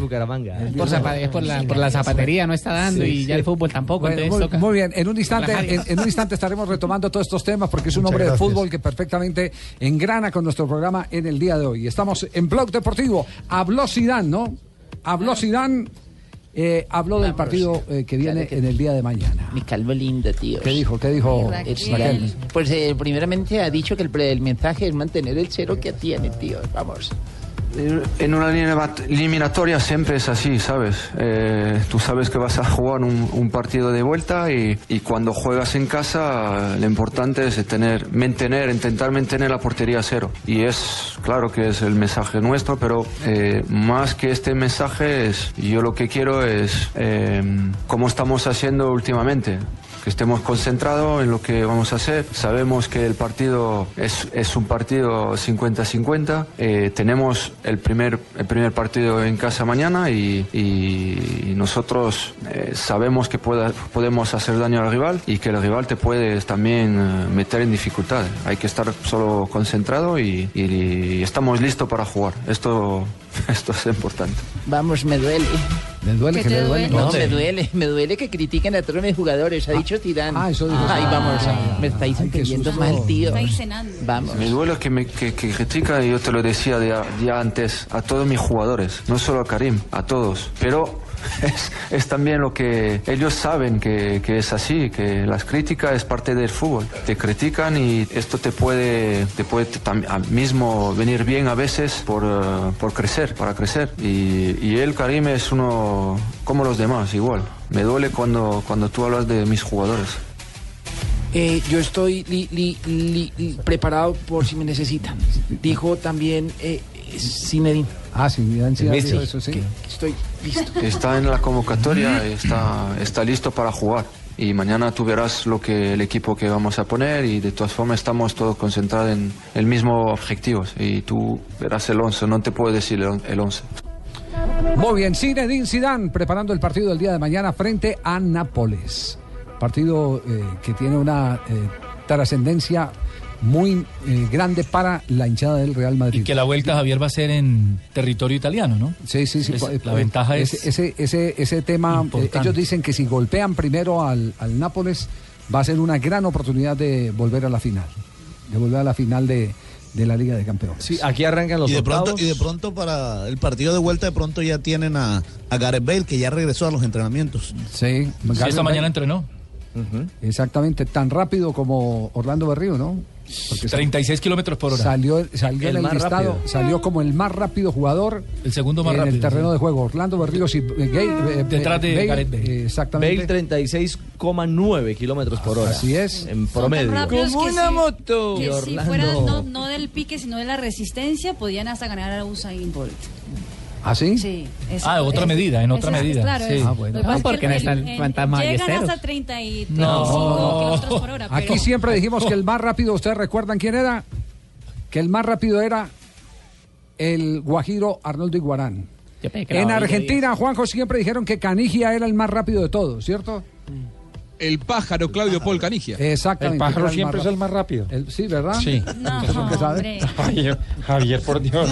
Speaker 25: Bucaramanga. Es por zapa- es por la- por la zapatería, no está dando y ya el fútbol tampoco,
Speaker 6: Bueno,
Speaker 25: entonces
Speaker 6: muy,
Speaker 25: toca
Speaker 6: muy bien, en un instante,
Speaker 25: relajar.
Speaker 6: en, en un instante estaremos retomando todos estos temas porque es un
Speaker 25: Muchas
Speaker 6: hombre
Speaker 25: gracias.
Speaker 6: de fútbol que perfectamente engrana con nuestro programa en el día de hoy. Estamos en Blog Deportivo. Habló Zidane, ¿no?
Speaker 25: Ah.
Speaker 6: Habló Zidane. eh, habló del partido eh, que viene en el día de mañana. Mi
Speaker 3: calvo lindo, tío.
Speaker 6: ¿Qué dijo? ¿Qué dijo?
Speaker 3: Ay, Raquel.
Speaker 6: Raquel?
Speaker 3: Pues eh, primeramente ha dicho que el, pre- el mensaje es mantener el cero que tiene, tío. Vamos.
Speaker 26: En una línea bat- eliminatoria siempre es así, ¿sabes? Eh, tú sabes que vas a jugar un, un partido de vuelta y, y cuando juegas en casa lo importante es tener, mantener, intentar mantener la portería a cero. Y es, claro que es el mensaje nuestro, pero eh, más que este mensaje, es, yo lo que quiero es eh, cómo estamos haciendo últimamente que estemos concentrados en lo que vamos a hacer. Sabemos que el partido es, es un partido 50-50. Eh, tenemos el primer, el primer partido en casa mañana y, y nosotros eh, sabemos que pueda- podemos hacer daño al rival y que el rival te puede también eh, meter en dificultad. Hay que estar solo concentrado y, y- y estamos listos para jugar. Esto, esto es importante.
Speaker 3: Vamos, me duele.
Speaker 6: ¿Le duele
Speaker 3: que le duele? No,
Speaker 26: ¿Dónde?
Speaker 3: me duele, me duele que critiquen a todos mis jugadores, ha dicho Tirán. Ah, eso
Speaker 6: dijo.
Speaker 3: Ay, vamos, me estáis entendiendo mal, tío. Vamos.
Speaker 26: Me duele que me que, que critican, y yo te lo decía ya, ya antes, a todos mis jugadores, no solo a Karim, a todos. Pero es, es también lo que ellos saben que, que es así, que las críticas es parte del fútbol. Te critican y esto te puede, te puede tam- a- mismo venir bien a veces por, eh, por crecer, para crecer. Y, y él, Karim, es uno como los demás, igual. Me duele cuando, cuando tú hablas de mis jugadores.
Speaker 3: Eh, yo estoy li- li- li- li- preparado por si me necesitan. Dijo también eh, Zinedine.
Speaker 6: Ah, Zinedine
Speaker 26: Zidane dijo
Speaker 6: eso, sí.
Speaker 3: Estoy listo.
Speaker 26: está en la convocatoria, está, está listo para jugar. Y mañana tú verás lo que el equipo que vamos a poner y de todas formas estamos todos concentrados en el mismo objetivo. Y tú verás el 11, no te puedo decir el on- el 11.
Speaker 6: Muy bien, Zinedine Zidane preparando el partido del día de mañana frente a Nápoles. Partido eh, que tiene una eh, trascendencia muy eh, grande para la hinchada del Real Madrid.
Speaker 2: Y que la vuelta, Javier, va a ser en territorio italiano, ¿no?
Speaker 6: Sí, sí, sí.
Speaker 2: Es-
Speaker 6: pa-
Speaker 2: la
Speaker 6: pa-
Speaker 2: ventaja es-
Speaker 6: Ese, ese, ese tema, eh,
Speaker 2: Importante.
Speaker 6: ellos dicen que si golpean primero al, al Nápoles, va a ser una gran oportunidad de volver a la final. De volver a la final de, de la Liga de Campeones.
Speaker 2: ah.
Speaker 25: Sí, aquí arrancan los
Speaker 6: Y de
Speaker 25: octavos.
Speaker 6: pronto-
Speaker 26: Y de pronto para el partido de vuelta de pronto ya tienen a, a Gareth Bale que ya regresó a los entrenamientos.
Speaker 6: Sí,
Speaker 2: Sí, esta mañana entrenó.
Speaker 6: Exactamente, tan rápido como Orlando Berrío, ¿no?
Speaker 2: 36 kilómetros por hora.
Speaker 6: Salió, salió
Speaker 2: El
Speaker 6: en el
Speaker 2: más
Speaker 6: listado,
Speaker 2: rápido.
Speaker 6: salió como el más rápido jugador
Speaker 2: El segundo más
Speaker 6: en
Speaker 2: rápido.
Speaker 6: el terreno de juego. Orlando Berríos y eh,
Speaker 8: Ah.
Speaker 6: Gay- eh,
Speaker 2: Detrás de
Speaker 6: Bale,
Speaker 2: Gareth Bale.
Speaker 6: eh,
Speaker 4: Bale
Speaker 6: Exactamente.
Speaker 4: 36,9 kilómetros por hora.
Speaker 6: Así es.
Speaker 4: En promedio.
Speaker 8: rápidos que si-
Speaker 4: Y
Speaker 8: Que si
Speaker 4: Orlando.
Speaker 8: fuera no, no del pique, sino de la resistencia, podían hasta ganar a Usain Bolt.
Speaker 6: ¿Ah, sí?
Speaker 8: Sí. es-
Speaker 2: Ah, otra medida, en
Speaker 8: es-
Speaker 2: otra
Speaker 8: es-
Speaker 2: medida,
Speaker 8: Claro,
Speaker 2: sí.
Speaker 8: es-
Speaker 2: Ah, bueno.
Speaker 8: lo que pasa
Speaker 2: Ah,
Speaker 8: es que
Speaker 2: porque no
Speaker 8: el-
Speaker 2: están
Speaker 8: el-
Speaker 2: fantasmas
Speaker 8: Llegan
Speaker 2: ballesteros.
Speaker 8: hasta 30 y
Speaker 2: No.
Speaker 8: 35 kilómetros por hora.
Speaker 6: Aquí siempre dijimos que el más rápido, ¿ustedes recuerdan quién era? Que el más rápido era el guajiro Arnoldo Iguarán. En Argentina, Juanjo, siempre dijeron que Canigia era el más rápido de todos, ¿cierto?
Speaker 10: El pájaro Claudio
Speaker 6: Ah,
Speaker 10: Paul Canigia.
Speaker 6: Exactamente. que era más
Speaker 14: rápido.
Speaker 6: El- sí, ¿verdad?
Speaker 10: Sí.
Speaker 8: No,
Speaker 6: ¿Usted es un que sabe?
Speaker 2: eh,
Speaker 14: Javier, Javier, por Dios.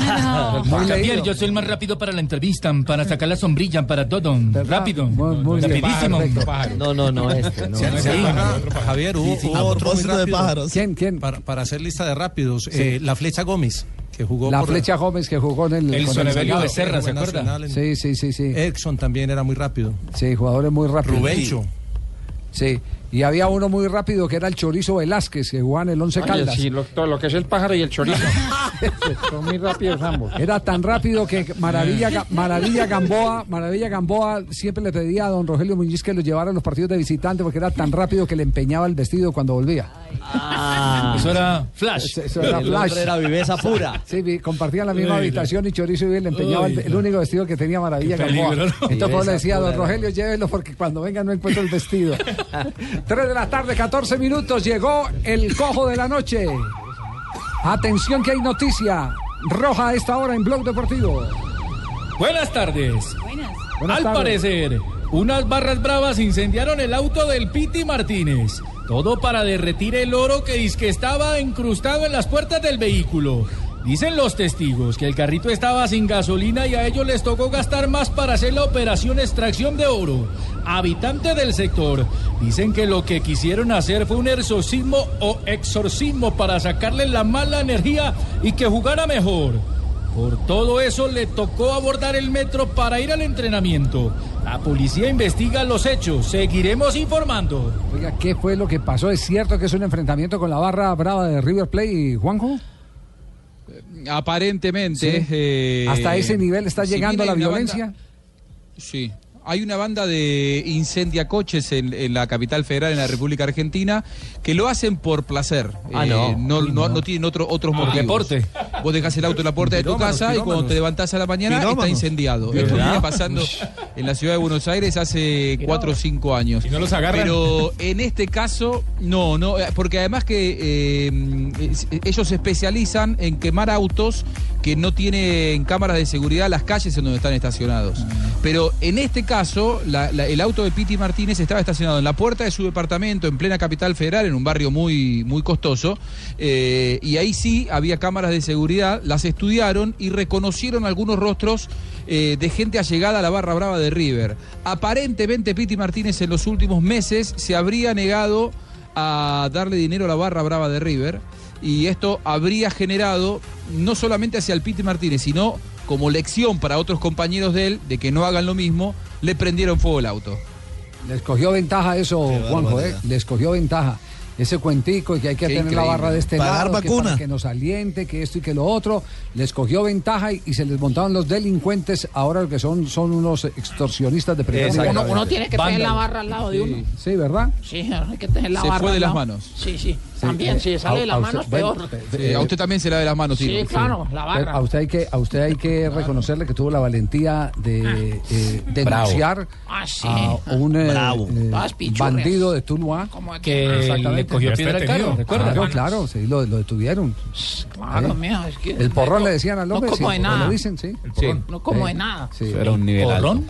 Speaker 6: Muy
Speaker 2: Javier,
Speaker 6: leído.
Speaker 2: yo soy el más rápido para la entrevista, para sacar la sombrilla, para todo. Rápido. Rapidísimo.
Speaker 4: No, no, no, este. No.
Speaker 11: Sí, sí. pues, Javier, hubo,
Speaker 4: Sí, sí.
Speaker 11: hubo
Speaker 4: A
Speaker 11: otro muy
Speaker 4: propósito de
Speaker 11: rápido.
Speaker 4: pájaros.
Speaker 6: ¿Quién,
Speaker 11: Para, para hacer lista de rápidos, eh, la flecha Gómez, que jugó
Speaker 6: La
Speaker 11: por
Speaker 6: flecha Gómez que jugó en el.
Speaker 11: El
Speaker 6: con
Speaker 11: Solevelio
Speaker 6: Envigado.
Speaker 11: Becerra, ¿se acuerda?
Speaker 6: Nacional en- Sí, sí, sí, sí.
Speaker 11: Exxon también era muy rápido.
Speaker 6: Sí, jugadores muy rápidos.
Speaker 11: Rubencho.
Speaker 6: Sí. Y había uno muy rápido que era el Chorizo Velázquez, que jugaba en el Once
Speaker 14: Oye,
Speaker 6: Caldas.
Speaker 14: sí, lo, todo lo que es el pájaro y el chorizo. Son muy rápidos ambos.
Speaker 6: Era tan rápido que Maravilla, Ga- Maravilla Gamboa, Maravilla Gamboa siempre le pedía a don Rogelio Muñiz que lo llevara a los partidos de visitante porque era tan rápido que le empeñaba el vestido cuando volvía.
Speaker 4: Ah.
Speaker 2: Eso era flash.
Speaker 6: Eso- eso era
Speaker 2: El
Speaker 6: flash.
Speaker 2: hombre era viveza pura.
Speaker 6: Sí, vi- compartían la misma
Speaker 2: Uy,
Speaker 6: habitación y Chorizo y él le empeñaba el,
Speaker 2: Uy,
Speaker 6: el único vestido que tenía Maravilla
Speaker 2: Qué
Speaker 6: Gamboa.
Speaker 2: peligro, ¿no?
Speaker 6: Entonces pues,
Speaker 2: Viveza
Speaker 6: le decía, don
Speaker 2: pura, ¿no?
Speaker 6: Rogelio, llévelo porque cuando venga no encuentro el vestido. Tres de la tarde, 14 minutos, llegó el cojo de la noche. Atención que hay noticia. Roja a esta hora en Blog Deportivo.
Speaker 2: Buenas tardes.
Speaker 6: Buenas
Speaker 2: Al
Speaker 6: tardes.
Speaker 2: parecer, unas barras bravas incendiaron el auto del Piti Martínez. Todo para derretir el oro que dizque estaba incrustado en las puertas del vehículo. Dicen los testigos que el carrito estaba sin gasolina y a ellos les tocó gastar más para hacer la operación extracción de oro. Habitantes del sector dicen que lo que quisieron hacer fue un exorcismo o exorcismo para sacarle la mala energía y que jugara mejor. Por todo eso le tocó abordar el metro para ir al entrenamiento. La policía investiga los hechos. Seguiremos informando.
Speaker 6: Oiga, ¿qué fue lo que pasó? ¿Es cierto que es un enfrentamiento con la barra brava de River Plate y Juanjo?
Speaker 10: Aparentemente.
Speaker 6: Sí.
Speaker 10: eh,
Speaker 6: ¿Hasta ese nivel está
Speaker 10: si
Speaker 6: llegando
Speaker 10: bien
Speaker 6: la
Speaker 10: hay una
Speaker 6: violencia?
Speaker 10: banda- sí. Hay una banda de incendiacoches en, en la capital federal, en la República Argentina, que lo hacen por placer. Eh,
Speaker 4: Ah, no.
Speaker 10: No, no- no tienen otro, otros
Speaker 4: Ah,
Speaker 10: motivos.
Speaker 4: deporte.
Speaker 10: Vos dejás el auto en la puerta de tu
Speaker 4: Pirómanos,
Speaker 10: casa y cuando
Speaker 4: pirómanos.
Speaker 10: te levantás a la mañana
Speaker 4: Pirómanos.
Speaker 10: está incendiado.
Speaker 4: ¿De
Speaker 10: Esto
Speaker 4: verdad?
Speaker 10: viene pasando en la ciudad de Buenos Aires hace cuatro o cinco años.
Speaker 2: ¿Y no los agarran?
Speaker 10: Pero en este caso, no, no, eh, porque además que eh, es- ellos se especializan en quemar autos que no tienen cámaras de seguridad las calles en donde están estacionados.
Speaker 2: Mm.
Speaker 10: Pero en este caso, la- la- el auto de Piti Martínez estaba estacionado en la puerta de su departamento, en plena capital federal, en un barrio muy, muy costoso, eh, y ahí sí había cámaras de seguridad, las estudiaron y reconocieron algunos rostros eh, de gente allegada a la barra brava de River. Aparentemente Piti Martínez en los últimos meses se habría negado a darle dinero a la barra brava de River y esto habría generado no solamente hacia el Piti Martínez, sino como lección para otros compañeros de él de que no hagan lo mismo, le prendieron fuego el auto.
Speaker 6: Les cogió ventaja eso, Juanjo, ¿eh? Les cogió ventaja. Ese cuentico y que hay que
Speaker 10: Qué
Speaker 6: tener la
Speaker 10: increíble.
Speaker 6: barra de este
Speaker 10: Pagar
Speaker 6: lado, que, para
Speaker 10: vacuna.
Speaker 6: que nos aliente, que esto y que lo otro, les cogió ventaja y, y se les montaron los delincuentes, ahora lo que son son unos extorsionistas de primer nivel.
Speaker 3: Uno, uno tiene que tener la barra al lado de uno.
Speaker 6: Sí, ¿verdad?
Speaker 3: Sí, hay que tener la
Speaker 10: Se
Speaker 3: barra.
Speaker 10: fue de
Speaker 3: al
Speaker 10: las
Speaker 3: lado.
Speaker 10: manos.
Speaker 3: Sí, sí.
Speaker 6: eh,
Speaker 3: También, si sale de las manos, peor.
Speaker 10: Eh, a usted también se la de las manos,
Speaker 3: Sí, claro, la barra.
Speaker 6: Pero A usted hay que, a usted hay que reconocerle que tuvo la valentía de eh, denunciar
Speaker 3: Ah, sí.
Speaker 6: a un eh,
Speaker 3: Bravo.
Speaker 6: eh,
Speaker 3: Todas pichurrias.
Speaker 6: bandido de Tuluá
Speaker 3: Que
Speaker 6: Exactamente.
Speaker 2: le cogió piedra al carro, ¿recuerda?
Speaker 6: Claro, claro, sí, lo, lo detuvieron.
Speaker 3: Claro,
Speaker 6: ¿Eh?
Speaker 3: Ah, mío, es que-
Speaker 6: El porrón le decían al
Speaker 3: no
Speaker 6: hombre,
Speaker 3: como
Speaker 6: sí,
Speaker 3: de nada.
Speaker 6: lo dicen, sí.
Speaker 3: porrón. No como de nada. Eso era un
Speaker 6: nivel
Speaker 3: ¿Porrón?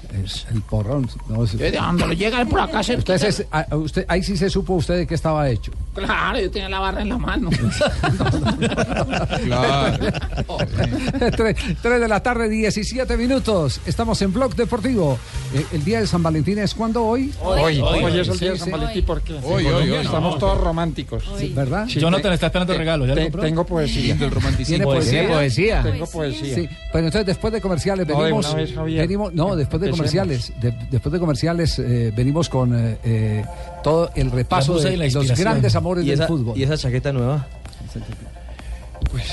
Speaker 6: El porrón. No, es-
Speaker 3: Yo de- cuando lo llega por acá se-
Speaker 6: Eh, Usted se- a- a usted- ahí sí se supo usted de qué estaba hecho.
Speaker 3: Claro, yo tenía la barra en la mano. Eh.
Speaker 6: Tres 3 de la tarde, 17 minutos. Estamos en Blog Deportivo. Eh, el día de San Valentín es cuando hoy.
Speaker 14: Hoy, hoy, es el día de San Valentín porque en
Speaker 6: Hoy, hoy,
Speaker 14: Colombia
Speaker 6: hoy.
Speaker 14: estamos
Speaker 6: No.
Speaker 14: todos románticos.
Speaker 6: Sí, ¿Verdad?
Speaker 14: te-
Speaker 2: Jonathan está esperando
Speaker 14: te-
Speaker 2: regalo. ¿Ya lo
Speaker 14: te-
Speaker 2: compró?
Speaker 14: Tengo poesía.
Speaker 2: Lindo el romanticismo.
Speaker 6: ¿Tiene poesía?
Speaker 14: Tengo poesía.
Speaker 6: Sí, pero entonces después de comerciales
Speaker 14: No, de
Speaker 6: venimos.
Speaker 14: una vez, Javier.
Speaker 6: venimos- no, después de
Speaker 14: Empecemos.
Speaker 6: comerciales. de- después de comerciales eh, venimos con eh, eh, todo el repaso de los grandes amores
Speaker 4: Y esa-
Speaker 6: del fútbol.
Speaker 4: ¿Y esa chaqueta nueva?
Speaker 24: Pues.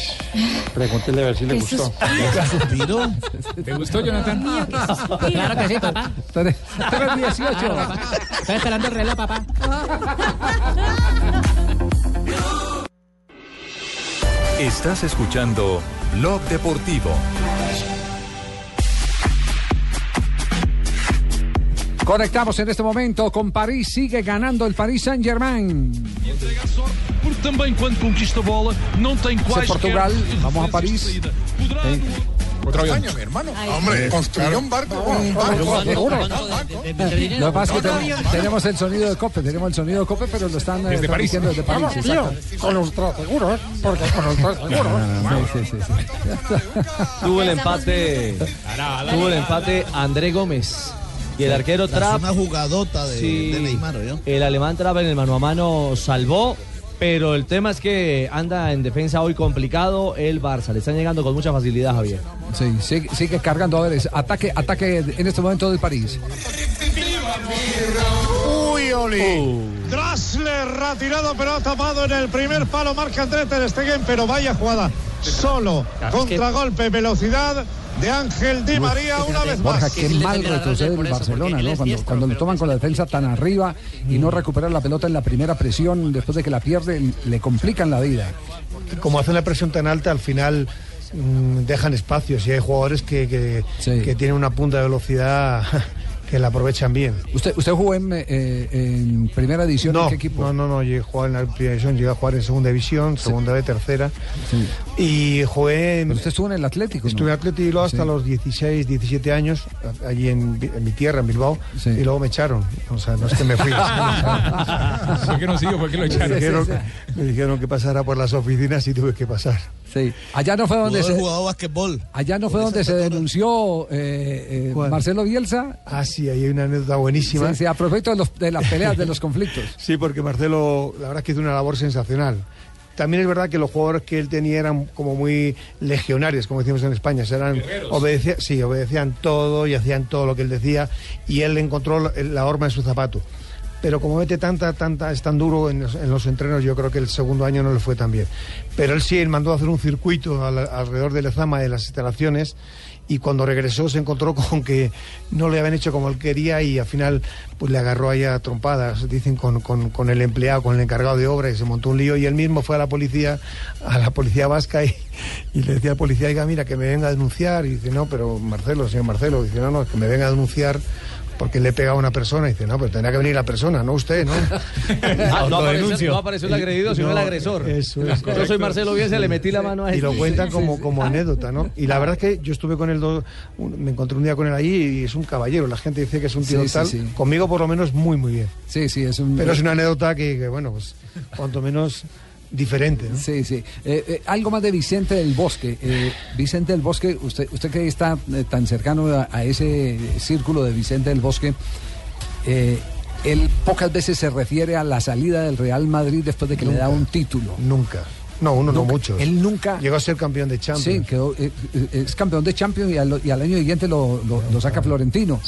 Speaker 19: Pregúntele a ver si le
Speaker 24: Qué
Speaker 19: gustó.
Speaker 24: suspiro.
Speaker 12: ¿Te gustó, Jonathan?
Speaker 25: Claro que sí, papá.
Speaker 6: 318.
Speaker 25: Claro, papá. Estoy esperando el reloj, papá.
Speaker 18: Estás escuchando Blog Deportivo.
Speaker 6: Conectamos en este momento con París. Sigue ganando el París Saint Germain.
Speaker 23: Porque também quando conquista a bola não tem quaisquer...
Speaker 6: é Portugal, vamos a París.
Speaker 23: Otro avión.
Speaker 9: España, mi hermano.
Speaker 23: Ay,
Speaker 9: Hombre,
Speaker 23: sí.
Speaker 9: construyó un barco. Un barco.
Speaker 6: Lo que pasa es que tenemos- tenemos el sonido de Cope, tenemos el sonido de Cope, pero lo están eh,
Speaker 9: Desde París.
Speaker 6: transmitiendo desde París.
Speaker 9: Vamos, tío,
Speaker 6: con ultraseguros, porque con
Speaker 9: ultraseguros-
Speaker 6: Ah,
Speaker 4: Tuvo el empate. Tuvo el empate André Gómez. Y el arquero
Speaker 26: Tras
Speaker 4: Trapp.
Speaker 26: Una jugadota de,
Speaker 4: Sí.
Speaker 26: de Neymar, ¿oyó?
Speaker 4: El alemán Trapp en el mano a mano salvó, pero el tema es que anda en defensa hoy complicado el Barça. Le están llegando con mucha facilidad, Javier.
Speaker 6: Sí, sigue, sigue cargando. A ver, es ataque, ataque en este momento del París.
Speaker 21: Uy, Oli. Drasler retirado, pero ha tapado en el primer palo. Marca Andrés Ter Stegen, pero vaya jugada. Solo,
Speaker 6: Claro, es que-
Speaker 21: contragolpe, velocidad de Ángel Di María una vez más.
Speaker 6: eh, Borja, qué mal retrocede el Barcelona, ¿no? Cuando, cuando le toman con la defensa tan arriba y no recuperan la pelota en la primera presión, después de que la pierden, le complican la vida.
Speaker 24: como hacen la presión tan alta, al final mm, dejan espacios y hay jugadores que, que- que tienen una punta de velocidad que la aprovechan bien.
Speaker 6: ¿Usted, usted jugó en, eh, en primera edición?
Speaker 24: no,
Speaker 6: ¿En qué equipo?
Speaker 24: No, no, no, yo jugaba en la primera división, llegué a jugar en segunda división, segunda de tercera. Y jugué en.
Speaker 6: usted estuvo en el Atlético?
Speaker 24: Estuve en Atlético y luego hasta
Speaker 6: Sí.
Speaker 24: los 16, 17 años, a- allí en, Vi- en mi tierra, en Bilbao, y luego me echaron. O sea, no es que me fui.
Speaker 12: Fue que no siguió, fue que lo
Speaker 24: Me
Speaker 12: echaron.
Speaker 24: dijeron, me dijeron que pasara por las oficinas y tuve que pasar.
Speaker 6: Sí. Allá no fue donde
Speaker 24: Jugador,
Speaker 6: se.
Speaker 24: jugador,
Speaker 6: Allá no fue donde se denunció eh, eh, Marcelo Bielsa.
Speaker 24: Ah, sí, ahí hay una anécdota buenísima.
Speaker 6: Sí, sí, a propósito de, los- de las peleas, de los conflictos.
Speaker 24: Sí, porque Marcelo, la verdad es que hizo una labor sensacional. También es verdad que los jugadores que él tenía eran como muy legionarios, como decimos en España. o sea, Eran, obedecía- sí, obedecían todo y hacían todo lo que él decía. Y él encontró la, la horma en su zapato. Pero como mete tanta, tanta, es tan duro en los, en los entrenos, yo creo que el segundo año no le fue tan bien. Pero él sí él mandó a hacer un circuito al- alrededor de Lezama, de las instalaciones, y cuando regresó se encontró con que no le habían hecho como él quería y al final pues le agarró allá a trompadas, dicen, con, con- con el empleado, con el encargado de obra y se montó un lío y él mismo fue a la policía, a la policía vasca y, y le decía al policía, oiga, mira, que me venga a denunciar y dice, no, pero Marcelo, señor Marcelo, dice, no, no, es que me venga a denunciar porque le he pegado a una persona y dice, no, pero tendrá que venir la persona, no usted, ¿no?
Speaker 4: Ah, no, apareció,
Speaker 24: Autodenuncio.
Speaker 4: no apareció el agrediddo, sino el agresor.
Speaker 24: Eso es.
Speaker 4: Yo soy Marcelo Bielsa, le metí la mano a
Speaker 24: Y
Speaker 4: este.
Speaker 24: lo cuentan como, como anécdota, ¿no? Y la verdad es que yo estuve con él, do- un- me encontré un día con él allí y es un caballero. La gente dice que es un tío
Speaker 6: Sí, sí,
Speaker 24: tal.
Speaker 6: sí.
Speaker 24: Conmigo, por lo menos, muy, muy bien.
Speaker 6: Sí, sí, es un.
Speaker 24: Pero
Speaker 4: eh,
Speaker 24: es una anécdota que, que, bueno, pues cuanto menos diferente, ¿no?
Speaker 6: Sí, sí. Eh, eh, algo más de Vicente del Bosque. Eh, Vicente del Bosque, usted, usted que está eh, tan cercano a, a ese círculo de Vicente del Bosque, eh, él pocas veces se refiere a la salida del Real Madrid después de que le da un título.
Speaker 24: Nunca. No, uno no
Speaker 6: Nunca.
Speaker 24: muchos.
Speaker 6: Él nunca.
Speaker 24: Llegó a ser campeón de Champions.
Speaker 6: Sí, quedó, eh, eh, es campeón de Champions y al, y al año siguiente lo, lo- lo saca Florentino.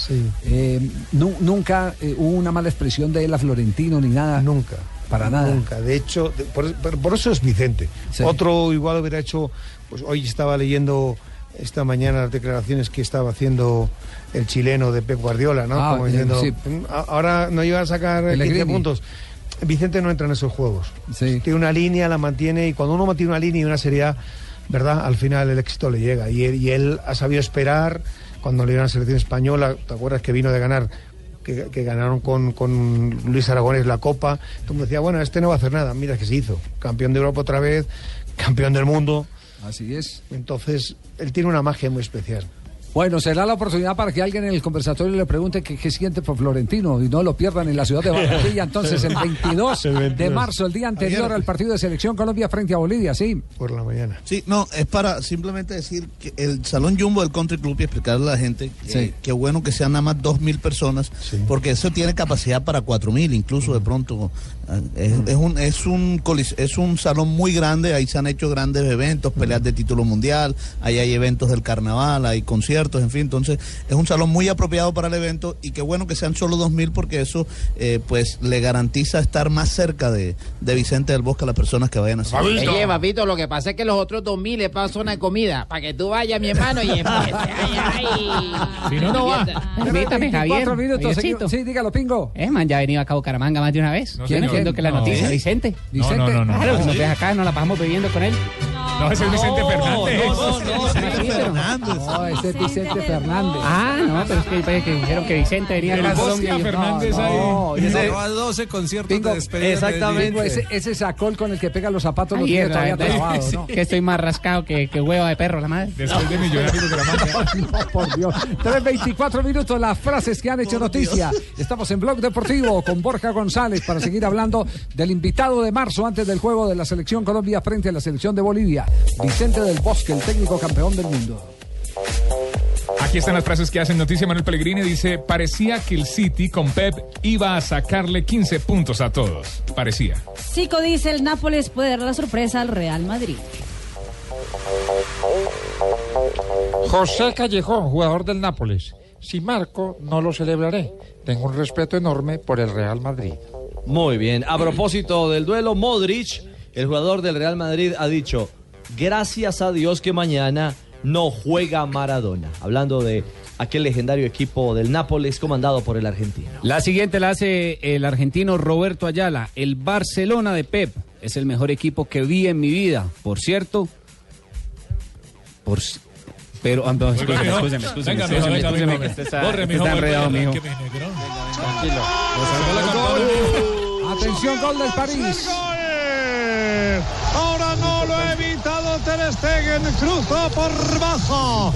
Speaker 6: Eh, nu- nunca eh, hubo una mala expresión de él a Florentino ni nada.
Speaker 24: Nunca.
Speaker 6: Para nada.
Speaker 24: Nunca. De hecho, de- por, por- por eso es Vicente. Otro igual hubiera hecho. Pues hoy estaba leyendo esta mañana las declaraciones que estaba haciendo el chileno de Pep Guardiola, ¿no?
Speaker 6: Ah,
Speaker 24: Como
Speaker 6: eh,
Speaker 24: diciendo,
Speaker 6: sí.
Speaker 24: "Mm, a- ahora no iba a sacar
Speaker 6: El
Speaker 24: 15
Speaker 6: Negrini.
Speaker 24: puntos. Vicente no entra en esos juegos.
Speaker 6: Sí.
Speaker 24: Tiene una línea, la mantiene, y cuando uno mantiene una línea y una seriedad, ¿verdad? Al final el éxito le llega. Y él, y él ha sabido esperar cuando le dio a la selección española, ¿te acuerdas que vino de ganar? Que, que ganaron con, con Luis Aragonés la Copa. Tú me decía, bueno, este no va a hacer nada. Mira que se hizo. Campeón de Europa otra vez, campeón del mundo.
Speaker 6: Así es.
Speaker 24: Entonces, él tiene una magia muy especial.
Speaker 6: Bueno, será la oportunidad para que alguien en el conversatorio le pregunte qué, qué siente por Florentino y no lo pierdan en la ciudad de Barranquilla. Entonces, el 22
Speaker 24: El
Speaker 6: de
Speaker 24: 22.
Speaker 6: marzo, el día anterior
Speaker 24: Ayer.
Speaker 6: al partido de selección Colombia frente a Bolivia, sí.
Speaker 24: Por la mañana.
Speaker 26: Sí, no, es para simplemente decir que el Salón Jumbo del Country Club y explicarle a la gente que,
Speaker 6: Sí.
Speaker 26: que bueno que sean nada más 2.000 personas, porque eso tiene capacidad para 4.000 incluso de pronto. Ah, Es,
Speaker 15: eh,
Speaker 26: es un, es, un, colis- es un salón muy grande, ahí se han hecho grandes eventos, peleas de título mundial, ahí hay eventos del carnaval, hay conciertos.
Speaker 15: conciertos, en fin. Entonces, es un salón muy apropiado para el evento y qué bueno que sean solo 2.000 porque eso eh, pues le garantiza estar más cerca de, de Vicente del Bosque a las personas que vayan a asistir.
Speaker 16: Oye, papito, lo que pasa es que los otros 2000 es para zona de comida, para que tú vayas, mi hermano, y empieces. Ay, ay.
Speaker 6: Si no, no va.
Speaker 25: Permítame, Javier.
Speaker 6: 24 minutos,
Speaker 25: Javiercito.
Speaker 6: Sí, dígalo, Pingo.
Speaker 25: Eh, man, ya ha venido acá a Bucaramanga más de una vez.
Speaker 6: No,
Speaker 25: Yo
Speaker 6: señor.
Speaker 25: no entiendo que la
Speaker 6: No.
Speaker 25: noticia,
Speaker 20: ¿eh?
Speaker 6: ¿Sí?
Speaker 25: Vicente.
Speaker 6: No, no, no, no.
Speaker 25: Claro,
Speaker 6: Sí.
Speaker 25: nos ve acá, nos la pasamos bebiendo con él.
Speaker 12: No, es el Vicente Fernández.
Speaker 6: No, ese es Vicente Fernández.
Speaker 25: Ah, no, pero es que, pues, que dijeron que Vicente venía
Speaker 6: El
Speaker 25: acá a
Speaker 6: Bosca
Speaker 25: Colombia. y yo,
Speaker 6: Fernández
Speaker 25: no,
Speaker 6: ahí.
Speaker 25: no, yo no-
Speaker 11: Ese, 12 conciertos de despedida.
Speaker 6: Pingo, ese, ese sacol con el que pega los zapatos lo
Speaker 25: Ayer,
Speaker 6: tiene
Speaker 25: la
Speaker 6: todavía
Speaker 25: verdad,
Speaker 6: trabado,
Speaker 25: sí.
Speaker 6: ¿no?
Speaker 25: Que estoy más rascado que, que hueva de perro, la madre.
Speaker 12: Después de Millonarios
Speaker 6: No, por Dios. 3.24 minutos, las frases que han hecho noticia. Estamos en Blog Deportivo con Borja González para seguir hablando del invitado de marzo antes del juego de la Selección Colombia frente a la Selección de Bolivia. Vicente del Bosque, el técnico campeón del mundo.
Speaker 12: Aquí están las frases que hacen noticia. Manuel Pellegrini dice, parecía que el City con Pep iba a sacarle 15 puntos a todos. Parecía.
Speaker 8: Zico dice, el Nápoles puede dar la sorpresa al Real Madrid.
Speaker 17: José Callejón, jugador del Nápoles. Si marco, no lo celebraré. Tengo un respeto enorme por el Real Madrid.
Speaker 4: Muy bien. A propósito del duelo, Modric, el jugador del Real Madrid, ha dicho: Gracias a Dios que mañana no juega Maradona. Hablando de aquel legendario equipo del Nápoles comandado por el argentino.
Speaker 20: La siguiente la hace el argentino Roberto Ayala. El Barcelona de Pep es el mejor equipo que vi en mi vida. Por cierto, por ci- pero ah, no,
Speaker 2: Venga,
Speaker 20: escúcheme,
Speaker 2: mijo.
Speaker 20: escúcheme, escúcheme,
Speaker 2: Venga,
Speaker 20: escúcheme,
Speaker 2: mijo, venga,
Speaker 20: escúcheme,
Speaker 2: mijo.
Speaker 20: que usted está-
Speaker 2: Borre,
Speaker 20: usted
Speaker 2: mijo,
Speaker 20: está enredado,
Speaker 2: vuelve,
Speaker 20: mijo.
Speaker 2: que
Speaker 17: Tranquilo.
Speaker 6: Atención, gol del París.
Speaker 21: Ahora no lo ha evitado Ter Stegen. Cruzó por bajo.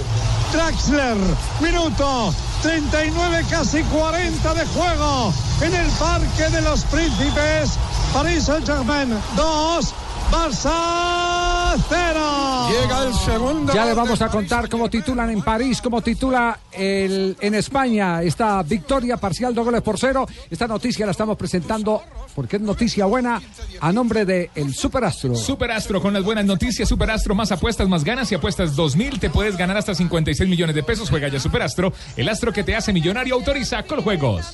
Speaker 21: Draxler, minuto 39, casi 40 de juego en el Parque de los Príncipes. París Saint-Germain 2, Barça 0.
Speaker 6: Llega el segundo. Ya les vamos a contar cómo titulan en París, cómo titula el, en España esta victoria parcial dos goles por cero. Esta noticia la estamos presentando porque es noticia buena a nombre de el superastro.
Speaker 12: Superastro con las buenas noticias. Superastro, más apuestas, más ganas. y apuestas 2000, te puedes ganar hasta 56 millones de pesos. Juega ya Superastro. El astro que te hace millonario autoriza Coljuegos.